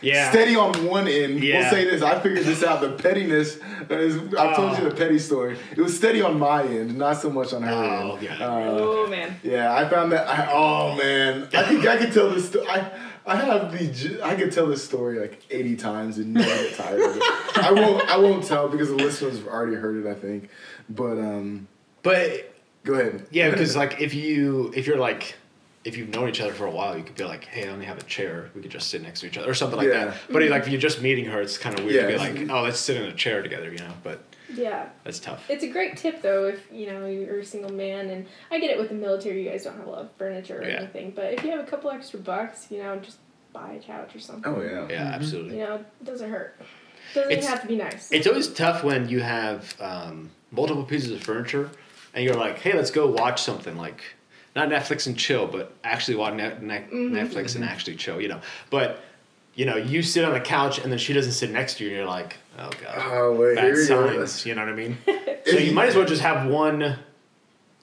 Speaker 6: yeah.
Speaker 3: Steady on one end.
Speaker 6: Yeah.
Speaker 3: We'll say this. I figured this out. The pettiness. Is, I told you the petty story. It was steady on my end, not so much on her
Speaker 6: Oh,
Speaker 3: end.
Speaker 6: God.
Speaker 5: Oh man.
Speaker 3: Yeah, I found that. I, oh man, I think I could tell this. Sto- I I have the. j- I could tell this story like eighty times and never get tired of it. I won't. I won't tell because the listeners have already heard it. I think, but um,
Speaker 6: But
Speaker 3: go ahead.
Speaker 6: yeah, because like if you if you're like if you've known each other for a while, you could be like, hey, I only have a chair. We could just sit next to each other or something like
Speaker 3: Yeah.
Speaker 6: that. But like if you're just meeting her, it's kind of weird
Speaker 3: Yeah,
Speaker 6: to be
Speaker 3: it's-
Speaker 6: like, oh, let's sit in a chair together, you know. But
Speaker 5: Yeah.
Speaker 6: that's tough.
Speaker 5: It's a great tip though if you know you're a single man and I get it with the military you guys don't have a lot of furniture or
Speaker 6: Yeah.
Speaker 5: anything but if you have a couple extra bucks you know just buy a couch or something
Speaker 3: Oh yeah.
Speaker 6: Yeah, absolutely.
Speaker 5: you know it doesn't hurt doesn't
Speaker 6: It's-
Speaker 5: even have to be nice
Speaker 6: It's always tough when you have um, multiple pieces of furniture and you're like, hey, let's go watch something like not Netflix and chill, but actually watch net, net,
Speaker 5: Mm-hmm.
Speaker 6: Netflix and actually chill, you know. But you know, you sit on the couch and then she doesn't sit next to you, and you're like, oh god,
Speaker 3: Oh, wait,
Speaker 6: bad
Speaker 3: here we go.
Speaker 6: signs. You know what I mean? so you might as well just have one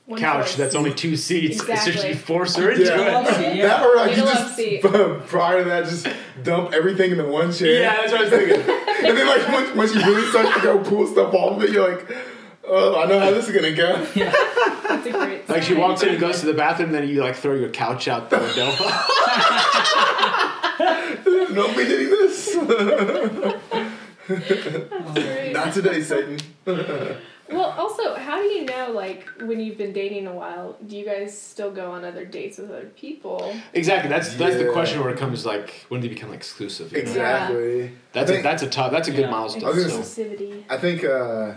Speaker 5: One
Speaker 6: couch
Speaker 5: choice.
Speaker 6: that's only two seats.
Speaker 5: Exactly.
Speaker 6: Essentially, force her into
Speaker 3: Yeah.
Speaker 6: it.
Speaker 3: That or like
Speaker 5: Get
Speaker 3: you
Speaker 5: a love
Speaker 3: just
Speaker 5: seat.
Speaker 3: prior to that just dump everything into one chair.
Speaker 6: Yeah, that's what I was thinking.
Speaker 3: and then like once, once you really start to go pull stuff off of it, you're like, oh, I know how this is gonna go.
Speaker 5: That's a great
Speaker 6: Like she
Speaker 5: sign.
Speaker 6: walks in and goes to the bathroom, then you like throw your couch out the window.
Speaker 3: Nobody did this.
Speaker 5: That's great.
Speaker 3: Not today, Satan.
Speaker 5: Well, also, how do you know, like, when you've been dating a while, do you guys still go on other dates with other people?
Speaker 6: Exactly. That's that's the
Speaker 3: Yeah.
Speaker 6: question where it comes like when do they become exclusive? you know?
Speaker 3: Exactly.
Speaker 6: That's
Speaker 3: I
Speaker 6: a,
Speaker 3: think-
Speaker 6: that's a top. That's a good
Speaker 4: Yeah.
Speaker 6: milestone.
Speaker 3: I was
Speaker 6: so.
Speaker 3: gonna
Speaker 5: Exclusivity.
Speaker 3: I think uh,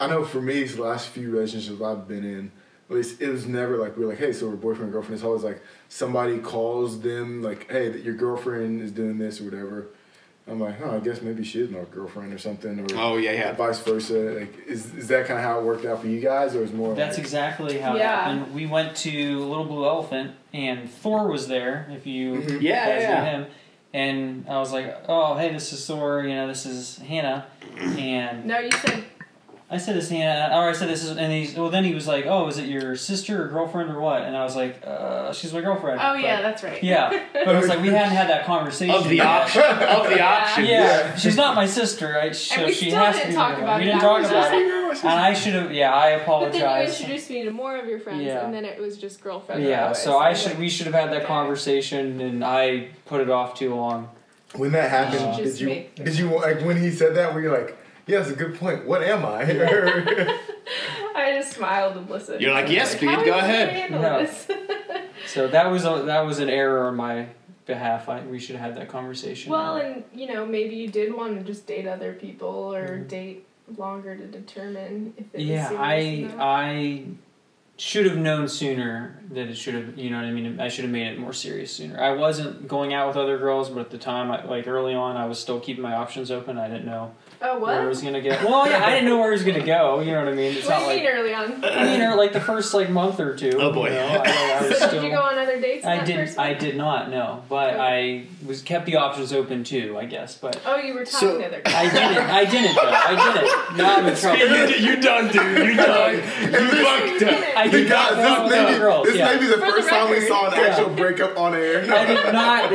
Speaker 3: I know for me, these last few relationships I've been in, at least it was never like we were like, hey, so we're boyfriend and girlfriend. It's always like somebody calls them like, hey, that your girlfriend is doing this or whatever. I'm like, oh, I guess maybe she is my girlfriend or something, or
Speaker 6: Oh yeah, yeah.
Speaker 3: vice versa. Like, is is that kind of how it worked out for you guys, or is more?
Speaker 4: That's
Speaker 3: like,
Speaker 4: exactly how it
Speaker 5: Yeah.
Speaker 4: happened. We went to Little Blue Elephant, and Thor was there. If you
Speaker 3: Mhm.
Speaker 6: Yeah,
Speaker 4: guys
Speaker 6: yeah,
Speaker 4: knew
Speaker 6: yeah.
Speaker 4: him, and I was like, "Oh, hey, this is Thor. You know, this is Hannah." And
Speaker 5: No, you said,
Speaker 4: I said this, Hannah, or I said this, is, and he's well. Then he was like, "Oh, is it your sister or girlfriend or what?" And I was like, uh, "She's my girlfriend."
Speaker 5: oh,
Speaker 4: But-
Speaker 5: yeah, that's right.
Speaker 4: yeah. But it was like we hadn't had that conversation
Speaker 6: Of the
Speaker 4: yet.
Speaker 6: option. Of the
Speaker 5: Yeah.
Speaker 6: option.
Speaker 4: Yeah,
Speaker 3: Yeah.
Speaker 4: she's not my sister. I, so
Speaker 5: And we
Speaker 4: she
Speaker 5: still
Speaker 4: has
Speaker 5: didn't
Speaker 4: to be
Speaker 5: talk
Speaker 4: my girlfriend.
Speaker 5: about
Speaker 4: We
Speaker 5: it
Speaker 4: didn't talk
Speaker 5: after
Speaker 4: about
Speaker 5: that.
Speaker 4: it, and I should have. Yeah, I
Speaker 5: But
Speaker 4: apologize.
Speaker 5: then you introduced me to more of your friends,
Speaker 4: Yeah.
Speaker 5: and then it was just girlfriend.
Speaker 4: Yeah,
Speaker 5: otherwise.
Speaker 4: so I
Speaker 5: was
Speaker 4: should
Speaker 5: like,
Speaker 4: we should have had that
Speaker 5: okay.
Speaker 4: conversation, and I put it off too long.
Speaker 3: When that happened,
Speaker 5: You should
Speaker 3: did
Speaker 5: just
Speaker 3: you
Speaker 5: make-
Speaker 3: did you like when he said that? Were you like, yeah, that's a good point. What am I?
Speaker 5: I just smiled and listened.
Speaker 6: You're like, yes,
Speaker 5: How
Speaker 6: Speed,
Speaker 5: are you
Speaker 6: go
Speaker 5: gonna
Speaker 6: ahead.
Speaker 5: handle
Speaker 4: No.
Speaker 5: this?
Speaker 4: So that was a, that was an error on my behalf. I, we should have had that conversation.
Speaker 5: well, and you know, maybe you did want to just date other people or
Speaker 4: Mhm.
Speaker 5: date longer to determine if it
Speaker 4: yeah,
Speaker 5: was
Speaker 4: I uh,
Speaker 5: serious or not.
Speaker 4: I should have known sooner that it should have. You know what I mean? I should have made it more serious sooner. I wasn't going out with other girls, but at the time, I, like early on, I was still keeping my options open. I didn't know
Speaker 5: Oh,
Speaker 4: where I
Speaker 5: what?
Speaker 4: was gonna go. Well, yeah, I didn't know where I was gonna go. You know what I mean? It's not
Speaker 5: What do you
Speaker 4: like
Speaker 5: mean early on?
Speaker 4: I mean, or like the first like month or two.
Speaker 6: Oh, boy.
Speaker 4: you know, I, I was
Speaker 5: So
Speaker 4: still,
Speaker 5: did you go on other dates? in
Speaker 4: I
Speaker 5: that
Speaker 4: did.
Speaker 5: first
Speaker 4: I
Speaker 5: one?
Speaker 4: did not know, but I was kept the options open too. I guess, but
Speaker 5: Oh, you were talking
Speaker 6: So-
Speaker 5: to other
Speaker 4: I
Speaker 5: guys.
Speaker 4: didn't. I didn't though. I didn't. Now I'm in trouble.
Speaker 6: You, you done, dude. You done. You fucked up.
Speaker 4: I did not know
Speaker 3: this may
Speaker 4: about
Speaker 3: be,
Speaker 4: girls.
Speaker 3: this
Speaker 4: yeah.
Speaker 3: may be the
Speaker 5: For the
Speaker 3: first time we
Speaker 5: record.
Speaker 3: saw an
Speaker 4: Yeah.
Speaker 3: actual breakup on air.
Speaker 4: I did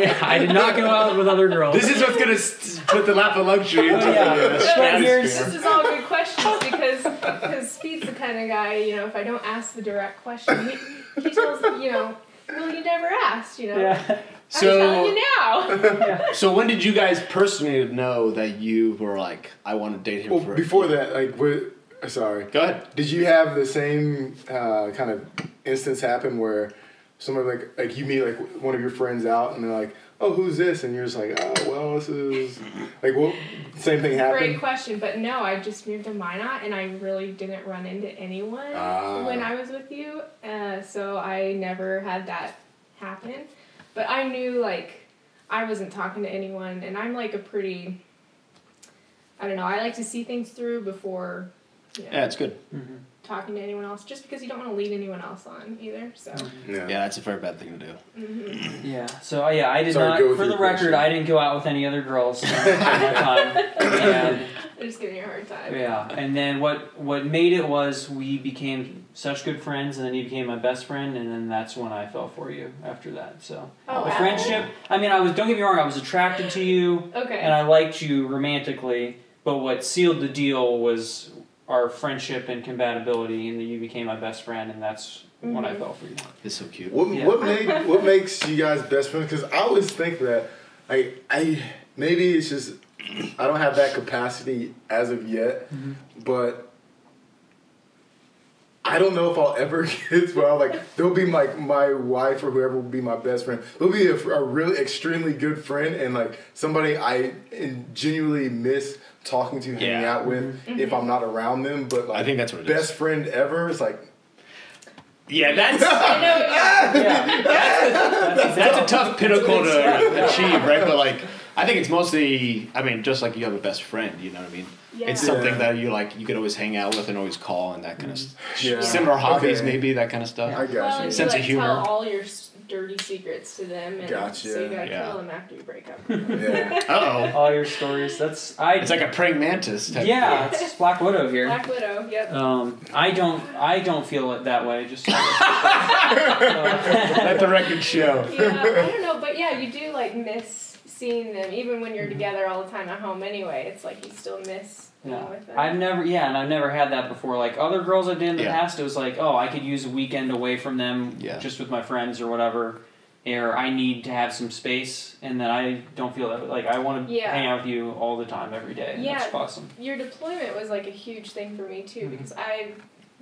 Speaker 4: not. I did not go out with other girls.
Speaker 6: This is what's gonna st- put the lap of luxury into
Speaker 4: Oh, yeah.
Speaker 6: the
Speaker 4: But
Speaker 6: stratosphere.
Speaker 4: here's-
Speaker 5: This is all good questions because because Speed's the kind of guy you know if I don't ask the direct question he, he tells you know well you never asked you know
Speaker 4: yeah.
Speaker 5: I'm
Speaker 6: So-
Speaker 5: telling you now
Speaker 6: So when did you guys personally know that you were like, I want to date him
Speaker 3: Well,
Speaker 6: for
Speaker 3: before that, like, we're, sorry.
Speaker 6: Go ahead.
Speaker 3: Did you have the same uh, kind of instance happen where someone like like you meet like one of your friends out and they're like, oh, who's this? And you're just like, oh, well, this is like, well, same thing
Speaker 5: great
Speaker 3: happened.
Speaker 5: question but no I just moved to Minot and I really didn't run into anyone
Speaker 3: Ah.
Speaker 5: when I was with you uh, so I never had that happen but I knew like I wasn't talking to anyone and I'm like a pretty I don't know I like to see things through before you know,
Speaker 6: Yeah, it's good.
Speaker 5: talking to anyone else just because you don't want to lead anyone else on either. So
Speaker 3: Mm-hmm.
Speaker 6: Yeah, that's a very bad thing to do.
Speaker 4: Yeah. So oh, yeah, I did
Speaker 3: Sorry,
Speaker 4: not.
Speaker 3: go with
Speaker 4: For
Speaker 3: your
Speaker 4: the record,
Speaker 3: question.
Speaker 4: I didn't go out with any other girls during that time. And
Speaker 5: I'm just giving you a hard time.
Speaker 4: Yeah, and then what what made it was we became such good friends, and then you became my best friend, and then that's when I fell for you after that. So
Speaker 5: Oh,
Speaker 4: the
Speaker 5: wow.
Speaker 4: friendship. I mean, I was don't get me wrong, I was attracted to you,
Speaker 5: Okay.
Speaker 4: and I liked you romantically, but what sealed the deal was our friendship and compatibility, and that you became my best friend, and that's when
Speaker 5: Mm-hmm.
Speaker 4: I fell for you.
Speaker 6: It's so cute.
Speaker 3: What
Speaker 4: Yeah.
Speaker 3: what make what makes you guys best friends? Because I always think that I I maybe it's just I don't have that capacity as of yet,
Speaker 6: Mm-hmm.
Speaker 3: but I don't know if I'll ever get to where I'm like they'll be like my wife or whoever will be my best friend. They'll be a, a really extremely good friend and like somebody I genuinely miss talking to, hanging
Speaker 6: Yeah. Mm-hmm.
Speaker 3: out with if I'm not around them. But like
Speaker 6: I think that's what it is.
Speaker 3: best friend ever is like
Speaker 6: Yeah, that's
Speaker 5: I know. Yeah.
Speaker 4: Yeah,
Speaker 6: that's a tough pinnacle to
Speaker 4: Yeah.
Speaker 6: achieve, right? But like, I think it's mostly, I mean, just like you have a best friend, you know what I mean?
Speaker 5: Yeah.
Speaker 6: It's something that you like, you could always hang out with and always call and that kind
Speaker 5: Mm.
Speaker 6: of stuff.
Speaker 3: Yeah.
Speaker 6: Similar hobbies,
Speaker 3: Okay.
Speaker 6: maybe that kind of stuff.
Speaker 3: I
Speaker 5: Well,
Speaker 3: got
Speaker 5: and
Speaker 3: you.
Speaker 5: you
Speaker 6: Sense of
Speaker 5: like
Speaker 6: humor.
Speaker 5: tell all your s- dirty secrets to them, and so you
Speaker 3: Gotcha.
Speaker 5: gotta
Speaker 6: Yeah.
Speaker 5: kill them after you break up.
Speaker 3: Yeah.
Speaker 6: Uh oh,
Speaker 4: all your stories. That's I.
Speaker 6: it's like a praying mantis. Type
Speaker 4: yeah, it's just Black Widow here.
Speaker 5: Black Widow. Yep.
Speaker 6: Uh.
Speaker 4: Um, I don't. I don't feel it that way. Just
Speaker 6: Thing. Let the record show.
Speaker 5: yeah, I don't know, but yeah, you do like miss seeing them, even when
Speaker 6: Mm-hmm.
Speaker 5: you're together all the time at home. Anyway, it's like you still miss being
Speaker 4: Yeah.
Speaker 5: with them.
Speaker 4: I've never, yeah, and I've never had that before. Like other girls I did in the
Speaker 6: Yeah.
Speaker 4: past, it was like, oh, I could use a weekend away from them,
Speaker 6: Yeah.
Speaker 4: just with my friends or whatever, or I need to have some space, and then I don't feel that like I want to
Speaker 5: Yeah.
Speaker 4: hang out with you all the time, every day. and That's
Speaker 5: Yeah.
Speaker 4: awesome.
Speaker 5: Your deployment was like a huge thing for me too
Speaker 6: Mm-hmm.
Speaker 4: Mhm.
Speaker 5: because I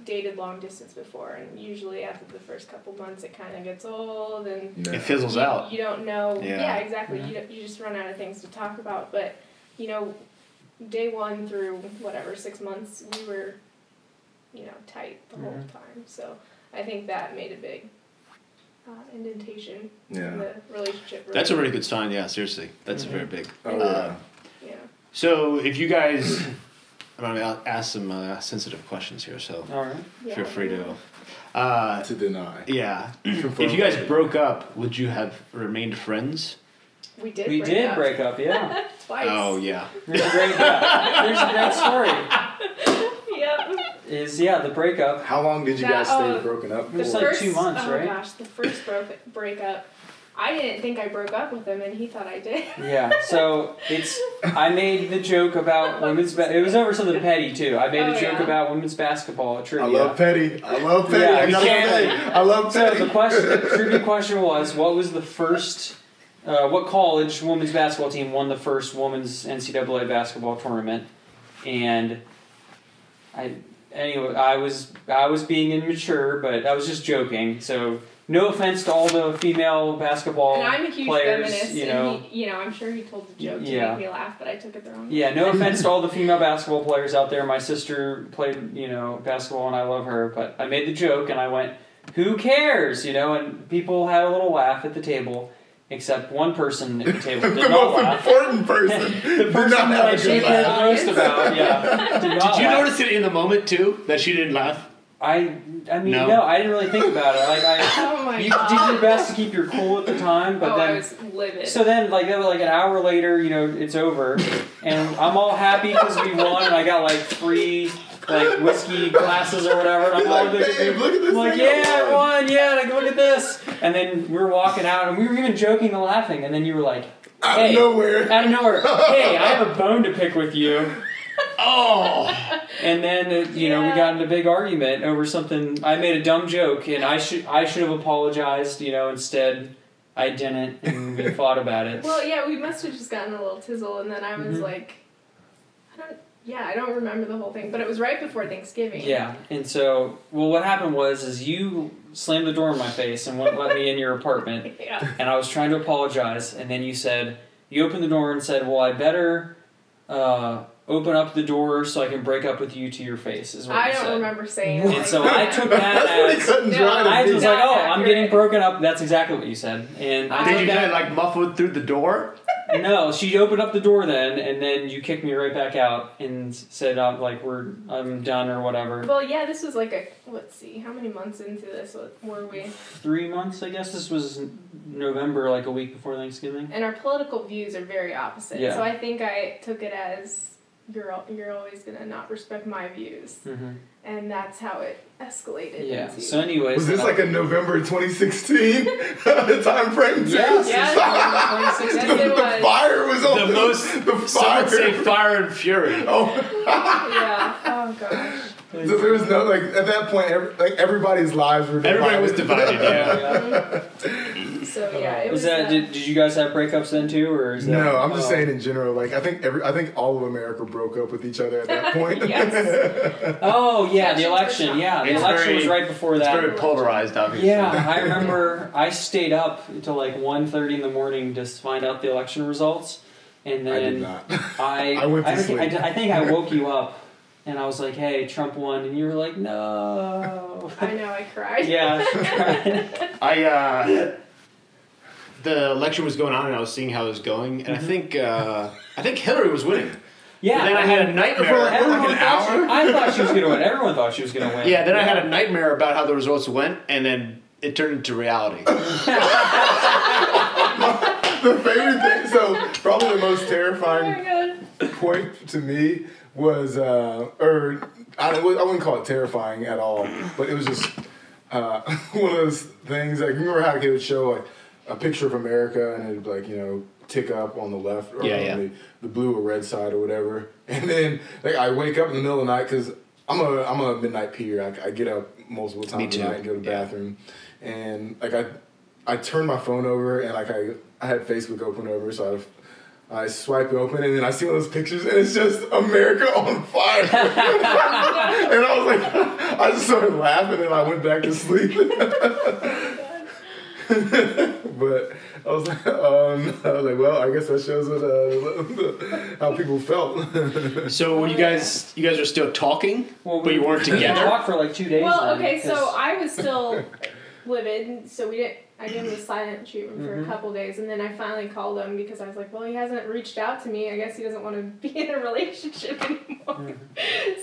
Speaker 5: dated long distance before, and usually after the first couple months, it kind of gets old and
Speaker 6: It fizzles out.
Speaker 5: you don't know.
Speaker 6: Yeah.
Speaker 5: Yeah, exactly. You, don't, you just run out of things to talk about. But, you know, day one through whatever, six months, we were, you know, tight the whole
Speaker 6: Mm-hmm.
Speaker 4: Mhm.
Speaker 5: time. So I think that made a big uh, indentation in
Speaker 3: Yeah.
Speaker 5: the relationship.
Speaker 6: That's a
Speaker 5: really.
Speaker 6: really good sign. Yeah, seriously, that's
Speaker 5: Mm-hmm.
Speaker 4: Mhm.
Speaker 6: very big.
Speaker 3: Oh,
Speaker 6: Uh,
Speaker 3: yeah.
Speaker 5: Yeah.
Speaker 6: so if you guys, I'm gonna a- ask some uh, sensitive questions here. So
Speaker 4: All right.
Speaker 5: yeah.
Speaker 6: feel free to. Uh,
Speaker 3: to deny.
Speaker 6: yeah.
Speaker 3: Confirm.
Speaker 6: If you guys broke up, would you have remained friends?
Speaker 5: We did
Speaker 4: we
Speaker 5: break
Speaker 4: did
Speaker 5: up
Speaker 4: break up, yeah.
Speaker 5: twice.
Speaker 6: Oh yeah.
Speaker 4: There's a great, yeah. There's a great story.
Speaker 5: Yep.
Speaker 4: Is yeah the breakup.
Speaker 3: How long did you
Speaker 5: That-
Speaker 3: guys stay
Speaker 5: oh,
Speaker 3: broken up for?
Speaker 4: Just like
Speaker 5: first,
Speaker 4: two months,
Speaker 5: oh
Speaker 4: right?
Speaker 5: gosh, the first bro- breakup. I didn't think I broke up with him, and he thought I did.
Speaker 4: Yeah, so it's I made the joke about women's. Ba- it was over something petty too. I made
Speaker 5: Oh,
Speaker 4: a joke
Speaker 5: yeah.
Speaker 4: about women's basketball at trivia.
Speaker 3: I love Petty. I love Petty.
Speaker 4: Yeah,
Speaker 3: I,
Speaker 4: you
Speaker 3: love
Speaker 4: can't-
Speaker 3: Petty. I love
Speaker 4: So
Speaker 3: Petty.
Speaker 4: the question, the trivia question was, what was the first, uh, what college women's basketball team won the first women's NCAA basketball tournament? And I, anyway, I was I was being immature, but I was just joking. So no offense to all the female basketball
Speaker 5: And I'm a huge
Speaker 4: players,
Speaker 5: feminist,
Speaker 4: you know.
Speaker 5: and he, you know, I'm sure he told the joke
Speaker 4: Yeah.
Speaker 5: to make me laugh, but I took it the wrong way.
Speaker 4: Yeah, no offense to all the female basketball players out there. My sister played, you know, basketball and I love her, but I made the joke and I went, who cares? You know, and people had a little laugh at the table, except one person at the table
Speaker 3: the
Speaker 4: did not
Speaker 3: most
Speaker 4: laugh.
Speaker 3: important person.
Speaker 4: The person
Speaker 3: not
Speaker 4: that I
Speaker 3: have a good
Speaker 4: shared the
Speaker 5: laugh.
Speaker 4: most about, yeah. Did, not
Speaker 6: Did you
Speaker 4: laugh.
Speaker 6: notice it in the moment too that she didn't laugh?
Speaker 4: I, I mean,
Speaker 6: No.
Speaker 4: no. I didn't really think about it. Like, I,
Speaker 5: Oh my
Speaker 4: you
Speaker 5: god.
Speaker 4: did your best to keep your cool at the time, but
Speaker 5: oh,
Speaker 4: then
Speaker 5: I was livid.
Speaker 4: So then, like, that was, like an hour later, you know, it's over, and I'm all happy because we won, and I got like free, like whiskey glasses or whatever. And I'm
Speaker 3: He's
Speaker 4: all
Speaker 3: like, babe, look at this.
Speaker 4: I'm like,
Speaker 3: thing
Speaker 4: yeah,
Speaker 3: I
Speaker 4: I
Speaker 3: won."
Speaker 4: won, yeah, like look at this. And then we were walking out, and we were even joking and laughing, and then you were like,
Speaker 3: Out of
Speaker 4: hey,
Speaker 3: nowhere.
Speaker 4: out of nowhere, hey, I have a bone to pick with you.
Speaker 6: Oh,
Speaker 4: And then uh, you know we
Speaker 5: Yeah.
Speaker 4: got in a big argument over something. I made a dumb joke, and I should I should have apologized. You know, instead I didn't, and we fought about it.
Speaker 5: well, yeah, we must have just gotten a little tizzle, and then I was
Speaker 4: Mhm.
Speaker 5: like, I don't. Yeah, I don't remember the whole thing, but it was right before Thanksgiving.
Speaker 4: Yeah, and so well, what happened was is you slammed the door in my face and wouldn't let me in your apartment,
Speaker 5: Yeah.
Speaker 4: and I was trying to apologize, and then you said you opened the door and said, "Well, I better uh, open up the door so I can break up with you to your face." Is what
Speaker 5: I
Speaker 4: you
Speaker 5: don't
Speaker 4: said.
Speaker 5: remember saying. it
Speaker 4: And
Speaker 5: like
Speaker 4: so I
Speaker 5: that.
Speaker 4: took that
Speaker 3: That's what he
Speaker 4: as.
Speaker 3: cut and
Speaker 5: No,
Speaker 3: dry to
Speaker 4: I
Speaker 3: me.
Speaker 4: was like,
Speaker 5: Not
Speaker 4: "Oh, I'm
Speaker 5: accurate.
Speaker 4: getting broken up." That's exactly what you said, and I
Speaker 6: did
Speaker 4: took
Speaker 6: you
Speaker 4: that-
Speaker 6: get like muffled through the door?
Speaker 4: no, she opened up the door then, and then you kicked me right back out and said, "I'm like we're I'm done or whatever."
Speaker 5: Well, yeah, this was like a let's see, how many months into this were we?
Speaker 4: three months, I guess. This was n- November, like a week before Thanksgiving.
Speaker 5: And our political views are very opposite.
Speaker 4: Yeah.
Speaker 5: So I think I took it as you're al- you're always gonna not respect my views.
Speaker 4: Mm-hmm.
Speaker 5: and that's how it escalated.
Speaker 4: Yeah.
Speaker 5: into-
Speaker 4: So, anyways,
Speaker 3: Was this
Speaker 4: uh,
Speaker 3: like a November 2016 time frame?
Speaker 4: Yes. Yes.
Speaker 5: Yes, yes,
Speaker 3: the,
Speaker 5: it
Speaker 3: the
Speaker 5: was.
Speaker 3: fire was on
Speaker 6: The most-
Speaker 3: The
Speaker 6: Some
Speaker 3: fire.
Speaker 6: would say fire and fury.
Speaker 3: oh,
Speaker 5: Yeah. Oh gosh.
Speaker 3: so there was no like at that point. Every, like everybody's lives were. Divided.
Speaker 6: Everybody was divided. Yeah.
Speaker 4: yeah.
Speaker 5: So yeah, it
Speaker 4: Was
Speaker 5: was.
Speaker 4: that
Speaker 5: uh,
Speaker 4: did, did you guys have breakups then too, or is that,
Speaker 3: No, I'm just
Speaker 4: oh.
Speaker 3: saying in general. Like I think every, I think all of America broke up with each other at that point.
Speaker 5: Yes.
Speaker 4: Oh yeah, the
Speaker 5: Elections
Speaker 4: election.
Speaker 5: were-
Speaker 4: Yeah, the
Speaker 6: It's
Speaker 4: election
Speaker 6: very-
Speaker 4: was right before
Speaker 6: It's
Speaker 4: that.
Speaker 6: very polarized, obviously.
Speaker 4: yeah, I remember I stayed up until like 1.30 in the morning to s- find out the election results, and then
Speaker 3: I did not.
Speaker 4: I
Speaker 3: I went to
Speaker 4: don't think- I
Speaker 3: sleep.
Speaker 4: d- I think I woke you up, and I was like, "Hey, Trump won," and you were like, "No."
Speaker 5: I know. I cried.
Speaker 4: yeah.
Speaker 6: I uh, the election was going on, and I was seeing how it was going, and I think uh, I think Hillary was winning.
Speaker 4: Yeah.
Speaker 6: But then I had a nightmare.
Speaker 3: For like-
Speaker 4: Everyone
Speaker 3: an
Speaker 4: thought
Speaker 3: hour?
Speaker 4: She, I thought she was gonna win. Everyone thought she was gonna win.
Speaker 6: yeah, then I had a nightmare about how the results went, and then it turned into reality.
Speaker 3: the favorite thing. So probably the most
Speaker 5: Oh
Speaker 3: terrifying
Speaker 5: my god.
Speaker 3: point to me was, uh, or I, don't- I wouldn't call it terrifying at all, but it was just uh, one of those things. Like remember how they would show like a picture of America and it'd be like you know tick up on the left or
Speaker 6: Yeah,
Speaker 3: on
Speaker 6: yeah.
Speaker 3: The, the blue or red side or whatever, and then like I wake up in the middle of the night because I'm a I'm a midnight peer. I, I get up multiple times
Speaker 6: too.
Speaker 3: a night and go to the
Speaker 6: Yeah.
Speaker 3: bathroom, and like I I turned my phone over and like I, I had Facebook open over, so I, I swipe it open and then I see all those pictures and it's just America on fire. and I was like, I just started laughing and I went back to sleep. but I was like, um, I was like, well, I guess that shows what, uh, how people felt.
Speaker 6: So when you guys you guys are still talking,
Speaker 4: Well,
Speaker 6: but you
Speaker 4: we-
Speaker 6: weren't together.
Speaker 4: talked for like two days.
Speaker 5: Well,
Speaker 4: then,
Speaker 5: okay,
Speaker 4: um,
Speaker 5: so uh,
Speaker 4: 'cause-
Speaker 5: I was still livid, so we didn't. I gave him the silent treatment for
Speaker 4: Mm-hmm.
Speaker 5: a couple days, and then I finally called him because I was like, "Well, he hasn't reached out to me. I guess he doesn't want to be in a relationship anymore."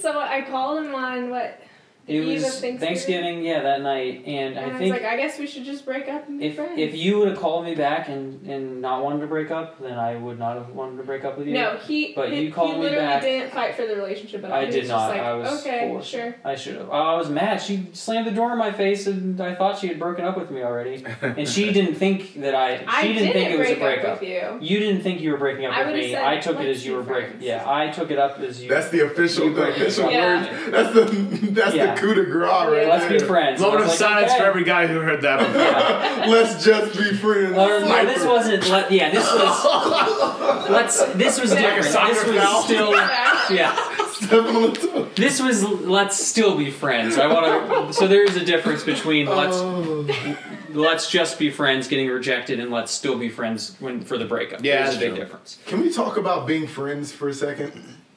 Speaker 5: so I called him on what the
Speaker 4: it
Speaker 5: eve
Speaker 4: was
Speaker 5: of Thanksgiving,
Speaker 4: yeah, that night, and,
Speaker 5: and I,
Speaker 4: I
Speaker 5: was
Speaker 4: think
Speaker 5: like, "I guess we should just break up and be
Speaker 4: if
Speaker 5: friends."
Speaker 4: if you would have called me back and and not wanted to break up, then I would not have wanted to break up with you.
Speaker 5: no, he
Speaker 4: But
Speaker 5: he,
Speaker 4: you called
Speaker 5: he
Speaker 4: me
Speaker 5: literally
Speaker 4: back.
Speaker 5: didn't fight for the relationship at all.
Speaker 4: I
Speaker 5: He
Speaker 4: did
Speaker 5: was
Speaker 4: not.
Speaker 5: Just like,
Speaker 4: I was
Speaker 5: okay,
Speaker 4: forced.
Speaker 5: sure.
Speaker 4: I should have. I was mad. She slammed the door in my face, and I thought she had broken up with me already. And she didn't think that I. She
Speaker 5: I
Speaker 4: didn't, think it was
Speaker 5: break
Speaker 4: a breakup.
Speaker 5: up with you.
Speaker 4: You didn't think you were breaking up
Speaker 5: I
Speaker 4: with
Speaker 5: would've
Speaker 4: me.
Speaker 5: said,
Speaker 4: I took it
Speaker 5: "Let's
Speaker 4: as you
Speaker 5: be
Speaker 4: were breaking.
Speaker 5: friends."
Speaker 4: Yeah, I took it up as you.
Speaker 3: That's the official, the official
Speaker 5: Yeah.
Speaker 3: word. That's the that's
Speaker 4: Yeah.
Speaker 3: the coup de grace right
Speaker 4: Let's be
Speaker 3: there.
Speaker 4: friends. And I
Speaker 6: Moment of
Speaker 4: was like,
Speaker 6: silence for
Speaker 4: okay.
Speaker 6: every guy who heard that. Before.
Speaker 4: Yeah.
Speaker 3: Let's just be friends.
Speaker 4: Or, no, this
Speaker 3: Sniper.
Speaker 4: wasn't. Let, yeah, this was. let's. This was
Speaker 6: Like a
Speaker 4: different.
Speaker 6: soccer
Speaker 4: this was
Speaker 6: foul.
Speaker 4: still.
Speaker 5: Exactly.
Speaker 4: Yeah,
Speaker 3: Step on the toe.
Speaker 4: this was. Let's still be friends. I want to. So there is a difference between let's
Speaker 6: Uh.
Speaker 3: Oh.
Speaker 4: let's just be friends getting rejected and let's still be friends when for the breakup.
Speaker 6: Yeah,
Speaker 4: there's a
Speaker 6: that's
Speaker 4: big
Speaker 6: true.
Speaker 4: difference.
Speaker 3: Can we talk about being friends for a second?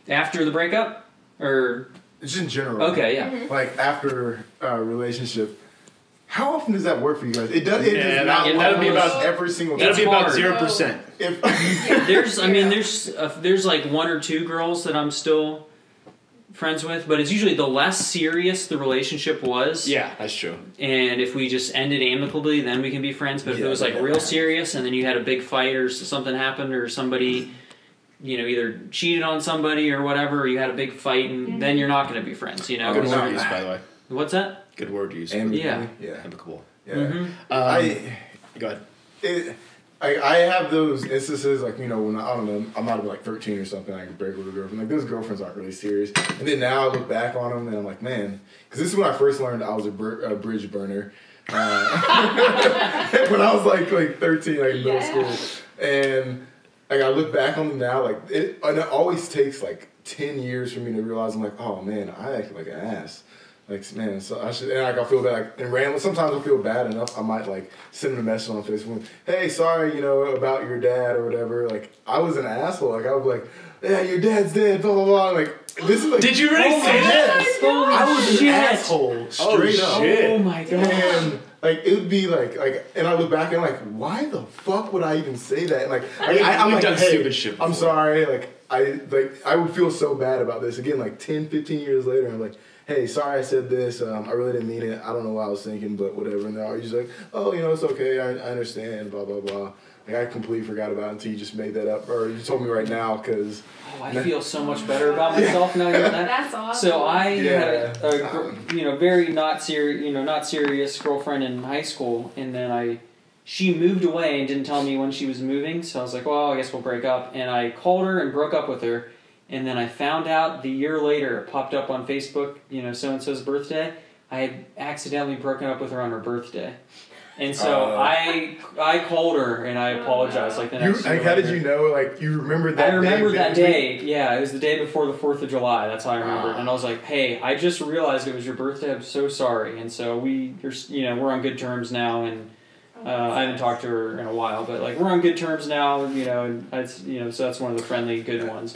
Speaker 4: After the breakup, or
Speaker 3: Just in general.
Speaker 4: okay, yeah.
Speaker 3: Like after a relationship, how often does that work for you guys? It does. It
Speaker 6: Yeah,
Speaker 3: does not.
Speaker 6: that-
Speaker 3: work
Speaker 6: that'll be
Speaker 3: for us
Speaker 5: about-
Speaker 3: every single
Speaker 6: That'll
Speaker 3: time.
Speaker 6: be about
Speaker 4: hard.
Speaker 6: zero percent.
Speaker 3: If
Speaker 4: There's, I mean, there's uh, there's like one or two girls that I'm still friends with, but it's usually the less serious the relationship was.
Speaker 6: Yeah, that's true.
Speaker 4: And if we just ended amicably, then we can be friends. But if it
Speaker 3: Yeah,
Speaker 4: was like
Speaker 3: yeah.
Speaker 4: real serious, and then you had a big fight or s- something happened, or somebody, you know, either cheated on somebody or whatever, or you had a big fight, and
Speaker 3: Mm-hmm.
Speaker 4: then you're not going to be friends. You know,
Speaker 6: Good
Speaker 3: It's
Speaker 6: word
Speaker 3: not
Speaker 6: use,
Speaker 3: bad.
Speaker 6: by the way.
Speaker 4: what's that?
Speaker 6: Good word use.
Speaker 4: Yeah.
Speaker 3: Yeah.
Speaker 6: Amicable.
Speaker 3: Yeah.
Speaker 4: Mhm.
Speaker 6: Um,
Speaker 3: I.
Speaker 6: go ahead.
Speaker 3: it, I, I have those instances like you know when I, I don't know I might have been like 13 or something I could break with a girlfriend like those girlfriends aren't really serious and then now I look back on them and I'm like man because this is when I first learned I was a, br- a bridge burner uh, when I was like like 13 like middle
Speaker 5: Yeah.
Speaker 3: school and like I look back on them now like it and it always takes like 10 years for me to realize I'm like oh man I acted like an ass. Like man, so I should and like I feel bad like, and randomly sometimes I feel bad enough I might like send him a message on Facebook, hey, sorry, you know, about your dad or whatever. Like I was an asshole. Like I was like, Yeah, your dad's dead, blah blah blah. Like this is like
Speaker 6: Did you really
Speaker 4: Oh my
Speaker 6: say that?
Speaker 3: Yes.
Speaker 4: Holy
Speaker 3: I was an
Speaker 4: shit.
Speaker 3: asshole. Straight up.
Speaker 6: shit.
Speaker 4: Oh my god.
Speaker 3: And like it would be like like and I look back and I'm like why the fuck would I even say that? And, like I, I, I'm
Speaker 6: We've
Speaker 3: like
Speaker 6: done
Speaker 3: hey,
Speaker 6: stupid shit
Speaker 3: I'm
Speaker 6: before.
Speaker 3: sorry. Like I like I would feel so bad about this again. Like 10, 15 years later, I'm like. Hey, sorry I said this. Um, I really didn't mean it. I don't know what I was thinking, but whatever. And they're always like, oh, you know, it's okay. I, I understand, blah, blah, blah. Like, I completely forgot about it until you just made that up, or you told me right now, because.
Speaker 4: Oh, I feel so much better about myself now. Than that.
Speaker 5: That's awesome.
Speaker 4: So I had
Speaker 3: Yeah.
Speaker 4: a, a gr- you know very not serious you know not serious girlfriend in high school, and then I she moved away and didn't tell me when she was moving. So I was like, well, I guess we'll break up. And I called her and broke up with her. And then I found out the year later, it popped up on Facebook. You know, so and so's birthday. I had accidentally broken up with her on her birthday. And so
Speaker 3: Oh.
Speaker 4: I I called her and I
Speaker 5: Oh,
Speaker 4: apologized
Speaker 5: no.
Speaker 4: like the
Speaker 3: You,
Speaker 4: next year
Speaker 3: like, how did
Speaker 4: later.
Speaker 3: you know? Like, you remembered that
Speaker 4: I remember that
Speaker 3: vividly?
Speaker 4: day. Yeah, it was the day before the Fourth of July. That's how I remember. it. And I was like, "Hey, I just realized it was your birthday. I'm so sorry." And so we, are you know, we're on good terms now, and
Speaker 5: Oh,
Speaker 4: uh, I haven't talked to her in a while, but like we're on good terms now. You know, and it's you know, so that's one of the friendly, good ones.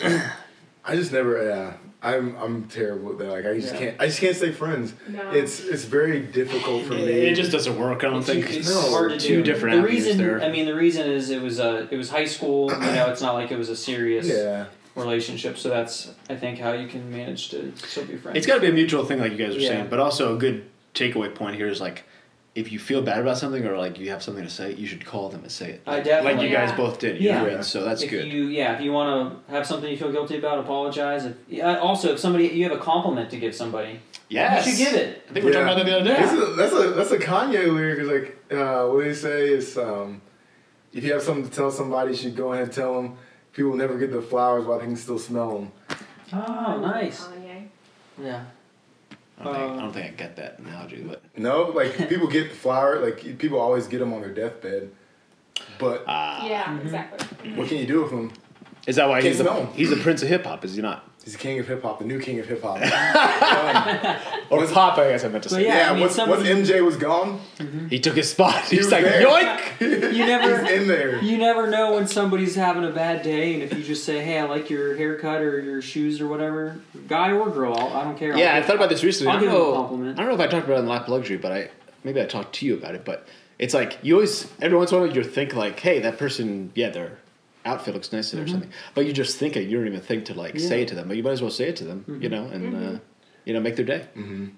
Speaker 3: I just never. Yeah, I'm I'm terrible at that. Like I just
Speaker 4: Yeah.
Speaker 3: can't. I just can't stay friends.
Speaker 5: No.
Speaker 3: It's it's very difficult for
Speaker 6: It,
Speaker 3: me.
Speaker 6: it just doesn't work. I don't think.
Speaker 4: it's
Speaker 3: No.
Speaker 4: hard to
Speaker 6: Two
Speaker 4: do.
Speaker 6: different
Speaker 4: The
Speaker 6: avenues
Speaker 4: reason,
Speaker 6: there.
Speaker 4: I mean, the reason is it was a, it was high school. You know, it's not like it was a serious
Speaker 3: yeah.
Speaker 4: relationship. So that's, I think, how you can manage to still be friends.
Speaker 6: It's got to be a mutual thing, like you guys are
Speaker 4: Yeah.
Speaker 6: saying. But also, a good takeaway point here is like, if you feel bad about something or like you have something to say, you should call them and say it.
Speaker 4: I
Speaker 6: Like- like
Speaker 4: definitely-
Speaker 6: you guys
Speaker 5: Yeah.
Speaker 6: both did. you know,
Speaker 4: Yeah.
Speaker 6: and so that's
Speaker 4: if
Speaker 6: good.
Speaker 4: you yeah if you want to have something you feel guilty about apologize if yeah, also if somebody you have a compliment to give somebody
Speaker 6: yes,
Speaker 4: you should give it
Speaker 6: I think we were
Speaker 3: Yeah.
Speaker 6: talking about that the other
Speaker 3: This
Speaker 6: day.
Speaker 3: is a, that's a that's a Kanye lyric. Is like uh, what do they say? Is um, if you have something to tell somebody, you should go ahead and tell them. People never get the flowers while they can still smell them.
Speaker 4: oh nice
Speaker 5: Kanye.
Speaker 4: yeah
Speaker 6: I don't, think, I
Speaker 4: Uh,
Speaker 6: don't think I get that analogy, but
Speaker 3: No, like people get the flower, like people always get them on their deathbed. But
Speaker 5: yeah,
Speaker 4: Mm-hmm.
Speaker 5: exactly.
Speaker 3: what can you do with them?
Speaker 6: is that why
Speaker 3: Can't
Speaker 6: he's the,
Speaker 3: smell 'em.
Speaker 6: he's the prince of hip hop? Is he not?
Speaker 3: He's the king of hip hop, the new king of hip hop. Um,
Speaker 6: Or pop? I guess I meant to
Speaker 4: But
Speaker 6: say.
Speaker 4: yeah,
Speaker 3: yeah,
Speaker 4: I mean,
Speaker 3: once,
Speaker 4: somebody-
Speaker 3: once MJ was gone,
Speaker 6: He took his spot. He's
Speaker 3: was
Speaker 6: like,
Speaker 3: there.
Speaker 6: yoink!
Speaker 4: You never
Speaker 3: he's in there.
Speaker 4: You never know when somebody's having a bad day, and if you just say, "Hey, I like your haircut or your shoes or whatever," guy or girl, I'll, I don't care.
Speaker 6: Yeah, I
Speaker 4: I'll-
Speaker 6: thought about this
Speaker 4: I'll
Speaker 6: recently. Oh. I
Speaker 4: give
Speaker 6: don't
Speaker 4: him a
Speaker 6: know-
Speaker 4: compliment.
Speaker 6: I don't know if I talked about it in Lap Luxury, but I maybe I talked to you about it. But it's like you always every once in a while you think like, hey, that person, yeah, their outfit looks nice
Speaker 4: Mm-hmm.
Speaker 6: today or something. But you just think it. You don't even think to like say it to them. But you might as well say it to them, you
Speaker 4: Mm-hmm.
Speaker 6: know, and uh, you know, make their day.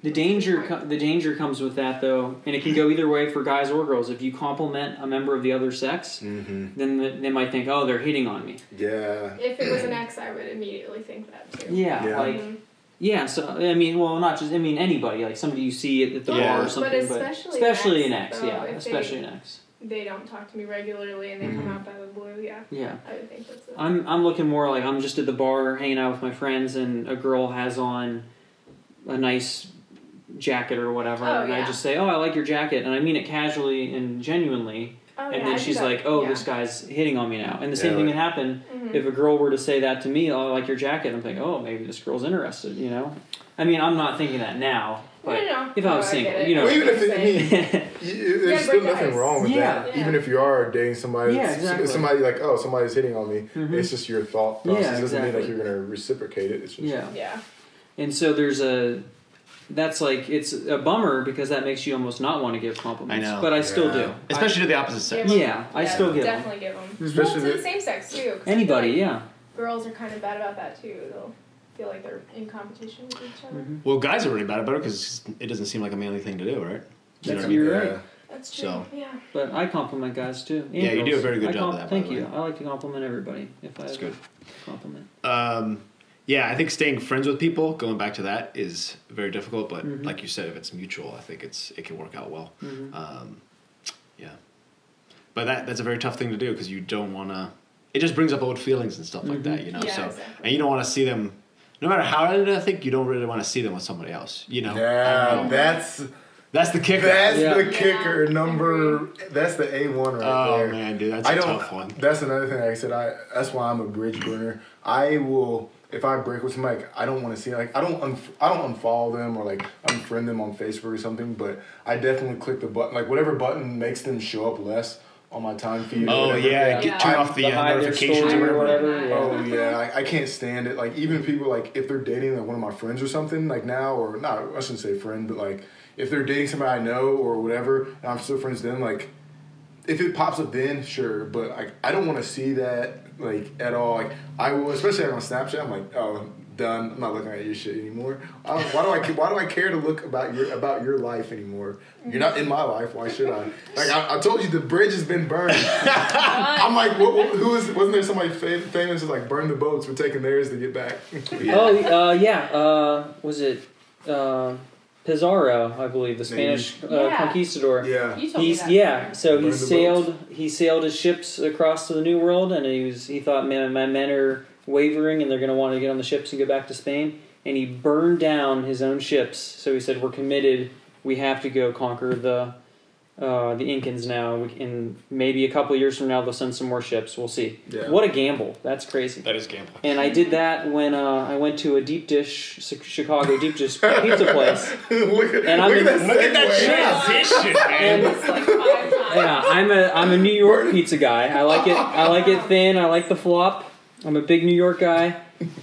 Speaker 4: the danger. co- The danger comes with that, though, and it can go either way for guys or girls. If you compliment a member of the other sex,
Speaker 3: Mm-hmm.
Speaker 4: then the, they might think, "Oh, they're hitting on me."
Speaker 3: Yeah.
Speaker 5: If it was an ex, I would immediately think that too.
Speaker 4: Yeah,
Speaker 3: Yeah.
Speaker 4: like
Speaker 5: Mhm.
Speaker 4: yeah. So I mean, well, not just I mean anybody, like somebody you see at, at the
Speaker 6: Yeah.
Speaker 4: bar or
Speaker 6: But
Speaker 4: something, but
Speaker 5: especially
Speaker 4: especially
Speaker 5: an
Speaker 4: an
Speaker 5: ex,
Speaker 4: ex,
Speaker 5: though,
Speaker 4: yeah,
Speaker 5: if they-
Speaker 4: especially an ex,
Speaker 5: They don't talk to me regularly and they come out out of the blue. Yeah,
Speaker 4: yeah.
Speaker 5: I would think that's. A,
Speaker 4: Mm-hmm. I'm I'm looking more like I'm just at the bar hanging out with my friends and a girl has on a nice jacket or whatever
Speaker 5: Oh,
Speaker 4: and I
Speaker 5: yeah.
Speaker 4: just say, "Oh, I like your jacket." And I mean it casually and genuinely.
Speaker 5: oh,
Speaker 4: and
Speaker 5: yeah,
Speaker 4: then
Speaker 5: I
Speaker 4: she's
Speaker 5: do that.
Speaker 4: like, "Oh,
Speaker 5: yeah.
Speaker 4: this guy's hitting on me now." And the same
Speaker 6: Yeah,
Speaker 4: thing
Speaker 6: like-
Speaker 4: can happen
Speaker 5: Mhm.
Speaker 4: if a girl were to say that to me, "Oh, I like your jacket." I'm thinking, "Oh, maybe this girl's interested," you know? I mean, I'm not thinking that now,
Speaker 5: No,
Speaker 4: but
Speaker 5: no, no.
Speaker 4: if I was
Speaker 5: No, I get
Speaker 4: single,
Speaker 5: it.
Speaker 4: you know.
Speaker 3: Well, even if it, I mean,
Speaker 4: yeah,
Speaker 3: Y- There's
Speaker 5: Yeah,
Speaker 3: still
Speaker 5: but
Speaker 3: nothing
Speaker 5: guys-
Speaker 3: wrong with
Speaker 4: Yeah.
Speaker 3: that.
Speaker 5: Yeah.
Speaker 3: Even if you are dating somebody,
Speaker 4: Yeah,
Speaker 3: it's-
Speaker 4: exactly.
Speaker 3: somebody like, oh, somebody's hitting on me.
Speaker 4: Mhm.
Speaker 3: It's just your thought process.
Speaker 4: Yeah,
Speaker 3: It doesn't mean like
Speaker 4: exactly.
Speaker 3: you're gonna reciprocate it. It's just
Speaker 5: Yeah.
Speaker 4: and so there's a that's like it's a bummer because that makes you almost not want to give compliments,
Speaker 6: I know.
Speaker 4: but I still
Speaker 3: Yeah.
Speaker 4: do, I-
Speaker 6: Especially to the opposite sex.
Speaker 5: Give 'em-
Speaker 4: Yeah, I still get 'em.
Speaker 5: definitely give 'em.
Speaker 3: Especially
Speaker 5: well, to
Speaker 3: the-
Speaker 5: the same sex too. 'cause I
Speaker 4: Anybody,
Speaker 5: feel like
Speaker 4: yeah.
Speaker 5: Girls are kind of bad about that too. They'll feel like they're in competition with each other.
Speaker 4: Mm-hmm.
Speaker 6: Well, guys are really bad about it because it doesn't seem like a manly thing to do, right? You
Speaker 4: That's
Speaker 6: know what I mean?
Speaker 4: you're
Speaker 3: yeah.
Speaker 4: right.
Speaker 5: That's true.
Speaker 6: So-
Speaker 5: Yeah.
Speaker 4: But I compliment guys too. and
Speaker 6: Yeah, you do
Speaker 4: girls.
Speaker 6: a very good
Speaker 4: I
Speaker 6: job of that, by
Speaker 4: Thank
Speaker 6: the
Speaker 4: you.
Speaker 6: way.
Speaker 4: I like to compliment everybody if I
Speaker 6: That's
Speaker 4: ever
Speaker 6: good.
Speaker 4: compliment.
Speaker 6: Um, yeah, I think staying friends with people, going back to that, is very difficult. But like you said, if it's mutual, I think it's it can work out well. Um, yeah, but that that's a very tough thing to do because you don't want to. It just brings up old feelings and stuff like that, you know.
Speaker 5: Yeah,
Speaker 6: so
Speaker 5: exactly.
Speaker 6: and you don't want to see them. No matter how I do, I think you don't really want to see them with somebody else, you know. I
Speaker 3: Yeah,
Speaker 6: don't know.
Speaker 3: that's
Speaker 6: that's the kicker.
Speaker 3: that's
Speaker 4: Yeah.
Speaker 3: the kicker
Speaker 5: Yeah.
Speaker 3: number. That's the A one right
Speaker 6: oh
Speaker 3: there.
Speaker 6: man, dude, that's a
Speaker 3: I don't.
Speaker 6: tough one.
Speaker 3: That's another thing. Like I said, I that's why I'm a bridge burner. I will if I break with somebody. Like, I don't want to see like I don't unf I don't unfollow them or like unfriend them on Facebook or something. But I definitely click the button like whatever button makes them show up less on my time feed. or
Speaker 6: Oh
Speaker 3: whatever.
Speaker 6: yeah,
Speaker 5: Yeah.
Speaker 6: get, turn off the uh,
Speaker 4: Behind their
Speaker 6: notifications
Speaker 4: story
Speaker 6: or
Speaker 4: or
Speaker 6: whatever.
Speaker 4: whatever. Yeah.
Speaker 3: Oh yeah, I, I can't stand it. Like even people like if they're dating like one of my friends or something like now or not I shouldn't say friend but like if they're dating somebody I know or whatever and I'm still friends with them like if it pops up then sure but like I don't want to see that like at all like I will especially like, on Snapchat I'm like oh done I'm not looking at your shit anymore I don't, why do I ca- why do I care to look about your about your life anymore you're not in my life why should I like I, I told you the bridge has been burned. I'm like, what, what, who is? Wasn't there somebody fam- famous who's like burn the boats? We're taking theirs to get back.
Speaker 4: Oh uh, yeah, uh, was it uh, Pizarro? I believe the Spanish uh,
Speaker 5: Yeah.
Speaker 4: conquistador.
Speaker 3: yeah,
Speaker 5: You told
Speaker 4: He's
Speaker 5: me that.
Speaker 4: yeah. So
Speaker 3: Burn
Speaker 4: he
Speaker 3: the boats.
Speaker 4: sailed. He sailed his ships across to the New World, and he was. He thought, man, my men are wavering, and they're going to want to get on the ships and go back to Spain. And he burned down his own ships. So he said, "We're committed. We have to go conquer the uh, the Incans now. We, and maybe a couple years from now, they'll send some more ships. We'll see.
Speaker 3: Yeah.
Speaker 4: What a gamble! That's crazy."
Speaker 6: That is gambling.
Speaker 4: And I did that when uh, I went to a deep dish Chicago deep dish pizza place.
Speaker 3: look at,
Speaker 4: And I'm
Speaker 3: look
Speaker 4: in-
Speaker 3: at that.
Speaker 6: Look at
Speaker 3: segue.
Speaker 6: that transition, man.
Speaker 4: And
Speaker 5: It's like five times.
Speaker 4: yeah, I'm a I'm a New York pizza guy. I like it. I like it thin. I like the flop. I'm a big New York guy.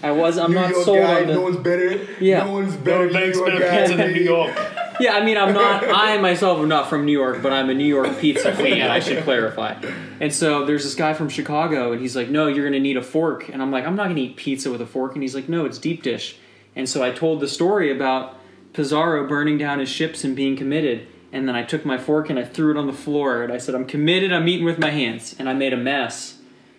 Speaker 4: I was. I'm
Speaker 3: New
Speaker 4: not
Speaker 3: York
Speaker 4: sold
Speaker 3: guy,
Speaker 4: on the.
Speaker 3: no one's better.
Speaker 4: Yeah.
Speaker 3: no one's better. than
Speaker 6: Better banks,
Speaker 3: New York
Speaker 6: better
Speaker 3: guy.
Speaker 6: pizza than New York.
Speaker 4: yeah, I mean, I'm not. I myself am not from New York, but I'm a New York pizza fan. I should clarify. And so there's this guy from Chicago, and he's like, "No, you're gonna need a fork." And I'm like, "I'm not gonna eat pizza with a fork." And he's like, "No, it's deep dish." And so I told the story about Pizarro burning down his ships and being committed. And then I took my fork and I threw it on the floor, and I said, "I'm committed. I'm eating with my hands." And I made a mess.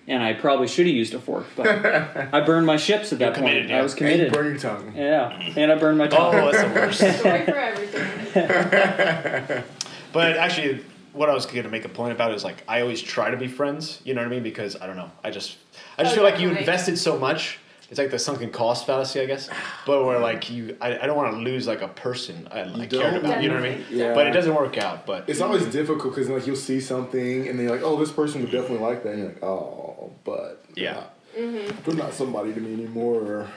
Speaker 4: And I probably should have used a fork, but I burned my ships at that point.
Speaker 6: committed, yeah.
Speaker 4: I was
Speaker 3: And you
Speaker 4: committed.
Speaker 3: burn your tongue.
Speaker 4: yeah, and I burned my tongue.
Speaker 6: Oh, that's the worst.
Speaker 5: Sorry for everything.
Speaker 6: But actually, what I was going to make a point about is like I always try to be friends. You know what I mean? Because I don't know. I just I just
Speaker 5: Oh,
Speaker 6: feel like you
Speaker 5: definitely.
Speaker 6: invested so much It's like the sunken cost fallacy, I guess. But where like you, I, I don't want to lose like a person I, I cared
Speaker 3: don't.
Speaker 6: about. You know what I mean?
Speaker 3: Yeah.
Speaker 6: But it doesn't work out. But
Speaker 3: It's always difficult because like you'll see something and then you're like, oh, this person would definitely like that. And you're like, oh, but they're
Speaker 6: Yeah.
Speaker 3: not- they're not somebody to me anymore. Or,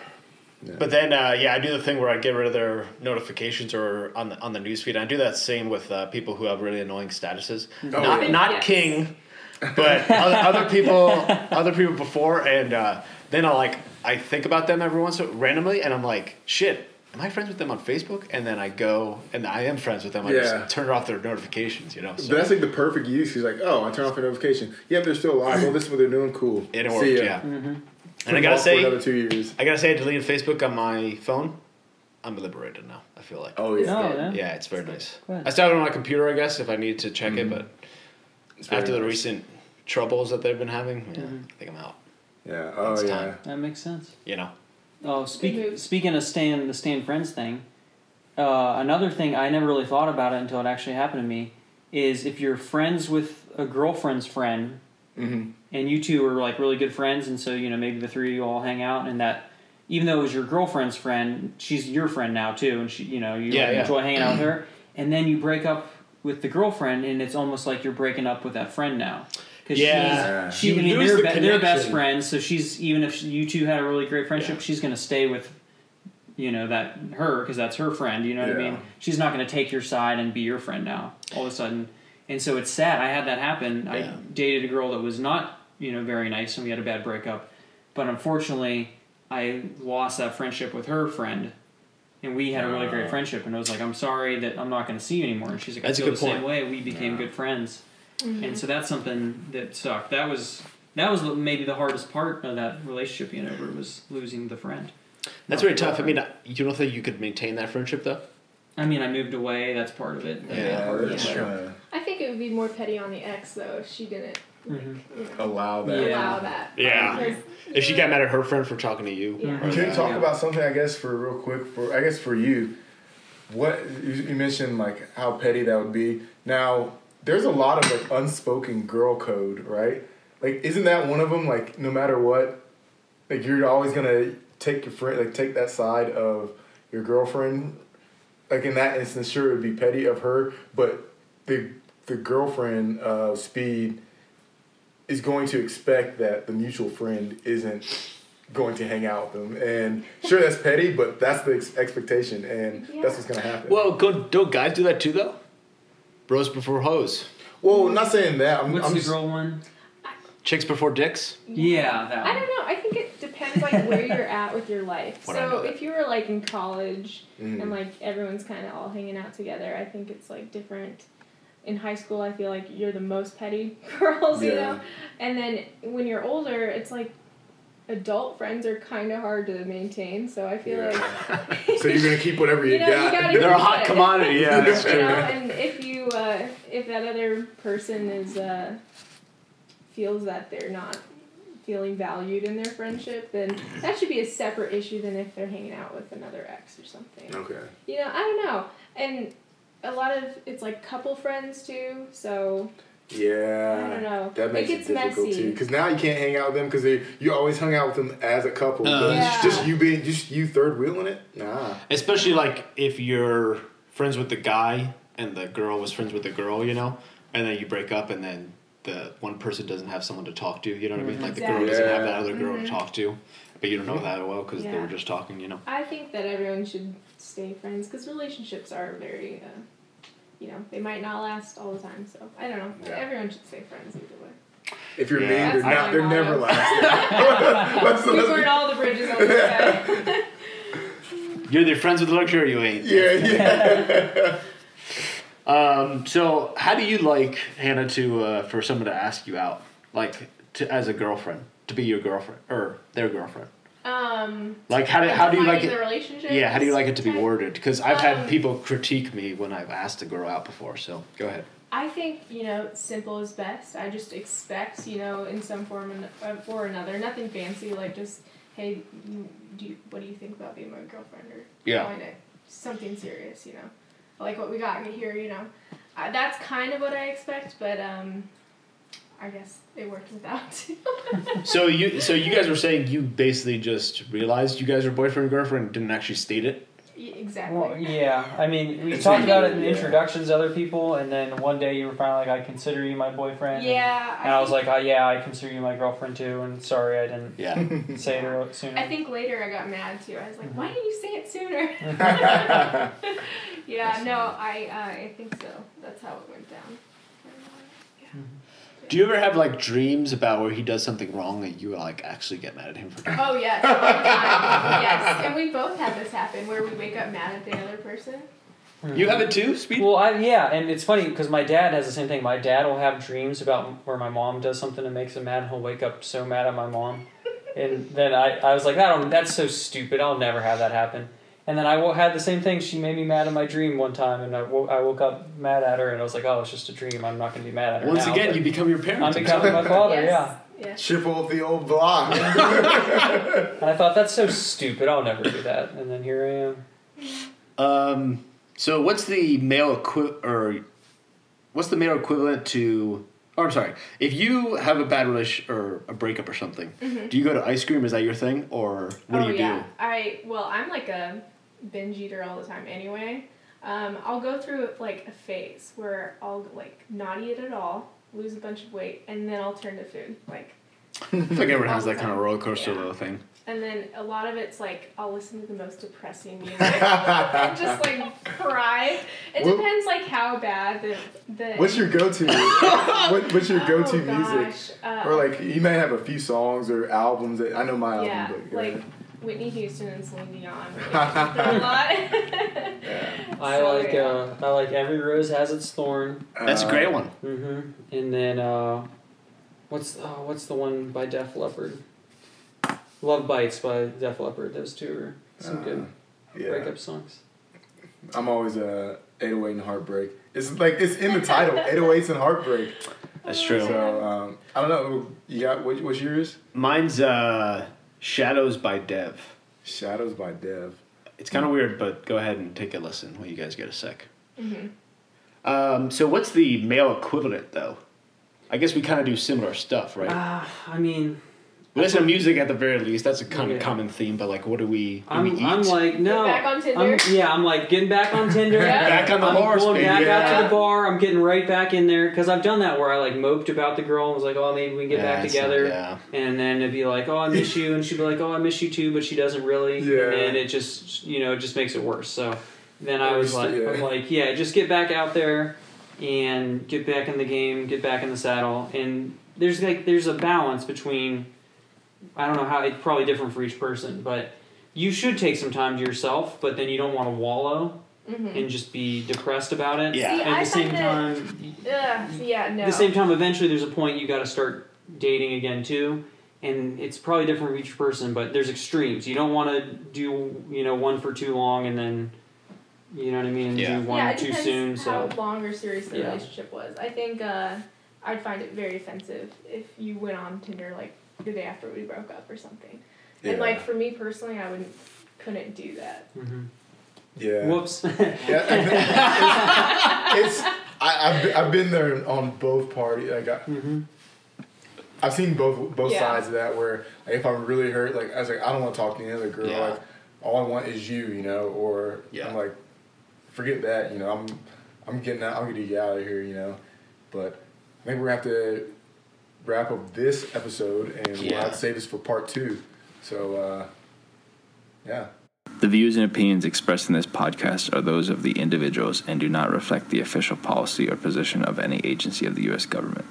Speaker 6: But then, uh, yeah, I do the thing where I get rid of their notifications or on the on the newsfeed. I do that same with uh, people who have really annoying statuses. not
Speaker 3: Oh, yeah.
Speaker 6: not
Speaker 5: Yes.
Speaker 6: King, but other, other people, other people before, and uh, then I like I think about them every once in randomly, and I'm like, shit. Am I friends with them on Facebook? And then I go, and I am friends with them. I
Speaker 3: Yeah.
Speaker 6: just turn off their notifications, you know.
Speaker 3: But
Speaker 6: So
Speaker 3: that's like the perfect use. He's like, oh, I turn off a notification. Yeah, but they're still alive. Oh, this is what they're doing. Cool.
Speaker 6: it
Speaker 3: See
Speaker 6: worked,
Speaker 3: ya.
Speaker 6: yeah. And I
Speaker 3: Put them
Speaker 6: gotta
Speaker 3: off for
Speaker 6: say,
Speaker 3: another two years.
Speaker 6: I gotta say, I deleted Facebook on my phone. I'm liberated now. I feel like.
Speaker 3: Oh yeah,
Speaker 4: No, no.
Speaker 6: Yeah, it's very nice.
Speaker 4: Go ahead.
Speaker 6: I still have it on my computer, I guess, if I need to check it. But
Speaker 3: very
Speaker 6: after the
Speaker 3: nice.
Speaker 6: recent troubles that they've been having, yeah, I think I'm out.
Speaker 3: yeah. Oh
Speaker 6: It's
Speaker 3: yeah.
Speaker 6: time.
Speaker 4: That makes sense.
Speaker 6: You know,
Speaker 4: Oh, speak,
Speaker 5: move.
Speaker 4: speaking of Stan, the Stan Friends thing, uh, another thing I never really thought about it until it actually happened to me is if you're friends with a girlfriend's friend,
Speaker 6: Mm-hmm.
Speaker 4: and you two are like really good friends, and so you know maybe the three of you all hang out, and that even though it was your girlfriend's friend, she's your friend now too, and she, you know, you
Speaker 6: Yeah, yeah.
Speaker 4: enjoy hanging out with her, and then you break up with the girlfriend, and it's almost like you're breaking up with that friend now. 'Cause
Speaker 6: Yeah.
Speaker 4: she's, she,
Speaker 6: You
Speaker 4: I mean,
Speaker 6: lose
Speaker 4: they're,
Speaker 6: the
Speaker 4: be- they're best
Speaker 6: connection.
Speaker 4: friends, so she's even if you two had a really great friendship,
Speaker 6: Yeah.
Speaker 4: she's gonna stay with you know that her because that's her friend you know what i
Speaker 3: Yeah.
Speaker 4: mean she's not going to take your side and be your friend now all of a sudden and so it's sad i had that happen
Speaker 6: Yeah.
Speaker 4: i dated a girl that was not you know very nice and we had a bad breakup but unfortunately i lost that friendship with her friend and we had a really great friendship and i was like i'm sorry that i'm not going to see you anymore and she's like
Speaker 6: That's a
Speaker 4: i feel
Speaker 6: good
Speaker 4: the same
Speaker 6: point.
Speaker 4: way we became good friends and so that's something that sucked that was that was maybe the hardest part of that relationship being over was losing the friend
Speaker 6: that's very tough. I mean, I- you don't think you could maintain that friendship though?
Speaker 4: I mean, I moved away. That's part of it.
Speaker 3: Yeah, that's
Speaker 6: Yeah.
Speaker 3: true.
Speaker 5: I think it would be more petty on the ex though if she didn't
Speaker 4: Mm-hmm.
Speaker 3: Allow that.
Speaker 4: Yeah.
Speaker 5: allow that.
Speaker 6: Yeah.
Speaker 5: Because-
Speaker 6: If she got mad at her friend for talking to you,
Speaker 5: Yeah.
Speaker 6: or
Speaker 3: Can we
Speaker 6: that,
Speaker 3: talk
Speaker 4: Yeah.
Speaker 3: about something? I guess for real quick, for I guess for you, what you you mentioned like how petty that would be. Now, there's a lot of like unspoken girl code, right? Like, isn't that one of them? Like, no matter what, like you're always gonna take your friend, like take that side of your girlfriend. Like in that instance, sure it would be petty of her, but the the girlfriend uh, speed is going to expect that the mutual friend isn't going to hang out with them. And sure, that's petty, but that's the ex- expectation, and that's what's going to happen.
Speaker 6: Well, go, don't guys do that too though? Bros before hoes,
Speaker 3: well, not saying that. I'm,
Speaker 4: What's
Speaker 3: I'm
Speaker 4: the
Speaker 3: just,
Speaker 4: girl one?
Speaker 6: chicks before dicks.
Speaker 4: Yeah, that
Speaker 5: I
Speaker 4: one.
Speaker 5: don't know. I think it depends like where you're at with your life.
Speaker 6: What I know
Speaker 5: So
Speaker 6: that-
Speaker 5: if you were like in college
Speaker 3: Mm.
Speaker 5: and like everyone's kind of all hanging out together, I think it's like different. In high school, I feel like you're the most petty girls, you
Speaker 3: Yeah.
Speaker 5: know. And then when you're older, it's like adult friends are kind of hard to maintain. So I feel
Speaker 3: Yeah.
Speaker 5: like
Speaker 3: So you're going to keep whatever you,
Speaker 5: You know, you
Speaker 3: got.
Speaker 5: gotta- They're a hot commodity,
Speaker 6: yeah.
Speaker 3: that's
Speaker 5: you know, and if you uh, if that other person is uh, feels that they're not feeling valued in their friendship, then that should be a separate issue than if they're hanging out with another ex or something.
Speaker 3: okay.
Speaker 5: You know, I don't know, and a lot of it's like couple friends too. So
Speaker 3: Yeah.
Speaker 5: I don't know.
Speaker 3: That makes
Speaker 5: it
Speaker 3: it,
Speaker 5: gets
Speaker 3: difficult
Speaker 5: messy.
Speaker 3: too, because now you can't hang out with them because you always hung out with them as a couple.
Speaker 6: Uh,
Speaker 3: but
Speaker 5: Yeah.
Speaker 3: Just you being just you third wheeling it. Nah.
Speaker 6: Especially like if you're friends with the guy and the girl was friends with the girl, you know, and then you break up and then the one person doesn't have someone to talk to, you know what I mean? Like the girl doesn't have that other girl to talk to, but you don't know that well because they
Speaker 5: Mm-hmm. Yeah.
Speaker 6: were just talking, you know.
Speaker 5: I think that everyone should stay friends because relationships are very. Uh, you know, they might not last all the time, so I don't know.
Speaker 3: Yeah.
Speaker 5: Everyone should stay friends either way.
Speaker 3: If you're
Speaker 6: Yeah.
Speaker 3: mean, they're
Speaker 5: That's
Speaker 3: not. They're
Speaker 5: my
Speaker 3: never
Speaker 5: motto.
Speaker 3: lasting. Let's-
Speaker 5: We
Speaker 3: let's-
Speaker 5: burned all the bridges on this guy.
Speaker 6: You're either friends with luxury or you ain't.
Speaker 3: yeah, yeah.
Speaker 6: Um, so how do you like Hannah to uh, for someone to ask you out, like to, as a girlfriend, to be your girlfriend or their girlfriend?
Speaker 5: Um,
Speaker 6: Like how do how do you like
Speaker 5: defining the
Speaker 6: it?
Speaker 5: relationship?
Speaker 6: Yeah, how do you like it to be
Speaker 5: type.
Speaker 6: worded? Because I've had
Speaker 5: Um,
Speaker 6: people critique me when I've asked a girl out before. So go ahead.
Speaker 5: I think you know, simple is best. I just expect you know, in some form and- uh, or another, nothing fancy. Like just, hey, you- do you, what do you think about being my girlfriend or
Speaker 6: Yeah.
Speaker 5: wanna- something serious? You know, I like what we got here. You know, uh, that's kind of what I expect, but um, I guess it worked without.
Speaker 6: So you so you guys were saying you basically just realized you guys were boyfriend and girlfriend didn't actually state it.
Speaker 5: Y- exactly.
Speaker 4: Well, yeah, I mean, we
Speaker 3: It's
Speaker 4: talked about it in
Speaker 3: easy, yeah.
Speaker 4: introductions to other people, and then one day you were finally like, I consider you my boyfriend.
Speaker 5: yeah.
Speaker 4: And I was
Speaker 5: think-
Speaker 4: like, oh, yeah, I consider you my girlfriend too, and sorry I didn't
Speaker 6: Yeah.
Speaker 4: say it earl- sooner.
Speaker 5: I think later I got mad too. I was like, why didn't you say it sooner? yeah,
Speaker 6: That's
Speaker 5: no, I uh, I think so. That's how it went down.
Speaker 6: Do you ever have like dreams about where he does something wrong and you like actually get mad at him for?
Speaker 5: Oh yes, all the time. yes, and we both had this happen where we wake up mad at the other person.
Speaker 6: You have it too, Speed.
Speaker 4: Well, I, yeah, and it's funny because my dad has the same thing. My dad will have dreams about where my mom does something and makes him mad. and He'll wake up so mad at my mom, and then I, I was like, I don't. That's so stupid. I'll never have that happen. And then I wo- had the same thing. She made me mad in my dream one time, and I, wo- I woke up mad at her, and I was like, oh, it's just a dream. I'm not going to be mad at her.
Speaker 6: Once
Speaker 4: now,
Speaker 6: again,
Speaker 4: but
Speaker 6: you become your parents.
Speaker 4: I'm becoming my father.
Speaker 5: yes.
Speaker 4: Oh, Yeah,
Speaker 5: Yes.
Speaker 3: Chip off the old block.
Speaker 4: and I thought that's so stupid. I'll never do that. And then here I am.
Speaker 6: Um, so what's the male equi- or what's the male equivalent to? Or I'm sorry, if you have a bad relation or a breakup or something, do you go to ice cream? Is that your thing, or what
Speaker 5: Mm-hmm. oh
Speaker 6: do you
Speaker 5: yeah.
Speaker 6: do?
Speaker 5: I well, I'm like a binge eater all the time anyway. Um, I'll go through like a phase where I'll like not eat at all, lose a bunch of weight, and then I'll turn to food. Like
Speaker 6: I feel like everyone has that
Speaker 5: Awesome.
Speaker 6: kind of roller coaster
Speaker 5: Yeah.
Speaker 6: little thing.
Speaker 5: And then a lot of it's like I'll listen to the most depressing music and just like cry. It
Speaker 3: What-
Speaker 5: depends like how bad the the.
Speaker 3: What's your go-to? what, what's your
Speaker 5: Oh,
Speaker 3: go-to
Speaker 5: gosh.
Speaker 3: music?
Speaker 5: Uh,
Speaker 3: Or like you may have a few songs or albums that I know my album,
Speaker 5: yeah,
Speaker 3: but
Speaker 5: like Whitney Houston and Celine Dion. Like, a lot.
Speaker 3: yeah.
Speaker 4: I
Speaker 5: So,
Speaker 4: like
Speaker 5: yeah.
Speaker 4: uh, I like every rose has its thorn.
Speaker 3: Uh,
Speaker 6: That's a great one.
Speaker 4: Mm-hmm. And then uh, what's uh, what's the one by Def Leppard? Love Bites by Def Leppard. Those two are some
Speaker 6: Uh,
Speaker 4: good
Speaker 3: Yeah,
Speaker 4: breakup songs.
Speaker 3: I'm always uh, 808 and heartbreak. It's like it's in the title, 808s and heartbreak.
Speaker 6: That's true.
Speaker 3: So um, I don't know. You got what, what's yours?
Speaker 6: Mine's uh, Shadows by Dev.
Speaker 3: Shadows by Dev.
Speaker 6: It's kind of weird, but go ahead and take a listen when you guys get a sec.
Speaker 4: Mm-hmm.
Speaker 6: Um, so what's the male equivalent though? I guess we kind of do similar stuff, right?
Speaker 4: Ah, I mean,
Speaker 6: We listen to music at the very least. That's a kind
Speaker 4: Yeah.
Speaker 6: of common theme. But like, what do we? do we
Speaker 4: I'm,
Speaker 6: eat?
Speaker 4: I'm like no.
Speaker 5: back on Tinder.
Speaker 4: I'm- yeah, I'm like getting back on Tinder.
Speaker 5: Yeah.
Speaker 6: back on the
Speaker 4: I'm
Speaker 6: horse,
Speaker 4: going
Speaker 6: baby.
Speaker 4: back out to
Speaker 5: Yeah.
Speaker 4: the bar. I'm getting right back in there because I've done that where I like moped about the girl and was like, "Oh, maybe we can get
Speaker 6: Yeah,
Speaker 4: back
Speaker 6: it's-
Speaker 4: together."
Speaker 6: yeah.
Speaker 4: And then it'd be like, "Oh, I miss you," and she'd be like, "Oh, I miss you too," but she doesn't really.
Speaker 3: Yeah.
Speaker 4: And then it just you know it just makes it worse. So then I
Speaker 3: Or
Speaker 4: was
Speaker 3: just-
Speaker 4: like,
Speaker 3: yeah.
Speaker 4: I'm like, yeah, just get back out there and get back in the game, get back in the saddle, and there's like there's a balance between. I don't know how it's probably different for each person, but you should take some time to yourself, but then you don't want to wallow
Speaker 5: Mm-hmm.
Speaker 4: and just be depressed about it.
Speaker 6: Yeah.
Speaker 5: See,
Speaker 4: At the
Speaker 5: I
Speaker 4: same
Speaker 5: find that-
Speaker 4: time,
Speaker 5: Ugh, yeah, no.
Speaker 4: at the same time, eventually there's a point you got to start dating again too, and it's probably different for each person. But there's extremes. You don't want to do you know one for too long and then, you know what I mean, and
Speaker 6: Yeah.
Speaker 4: do one
Speaker 5: yeah, it
Speaker 4: too
Speaker 5: depends
Speaker 4: soon.
Speaker 5: how
Speaker 4: So
Speaker 5: long or serious the
Speaker 4: Yeah.
Speaker 5: relationship was. I think uh, I'd find it very offensive if you went on Tinder like the day after we broke up or something.
Speaker 3: Yeah.
Speaker 5: And like for me personally, I wouldn't couldn't do that.
Speaker 4: Mhm.
Speaker 3: Yeah.
Speaker 4: whoops.
Speaker 3: Yeah, I think- it's, I, I've, been- I've been there on both parties. Like I,
Speaker 6: Mm-hmm.
Speaker 3: I've seen both both
Speaker 5: Yeah.
Speaker 3: sides of that. Where like, if I'm really hurt, like I was like, I don't want to talk to any other girl.
Speaker 6: Yeah.
Speaker 3: Like all I want is you, you know. Or
Speaker 6: Yeah.
Speaker 3: I'm like, forget that. You know, I'm I'm getting out. I'm gonna get out of here. You know, but I think we're gonna have to wrap up this episode, and we'll
Speaker 6: Yeah.
Speaker 3: have to save this for part two. So uh, yeah.
Speaker 1: The views and opinions expressed in this podcast are those of the individuals and do not reflect the official policy or position of any agency of the U.S. government.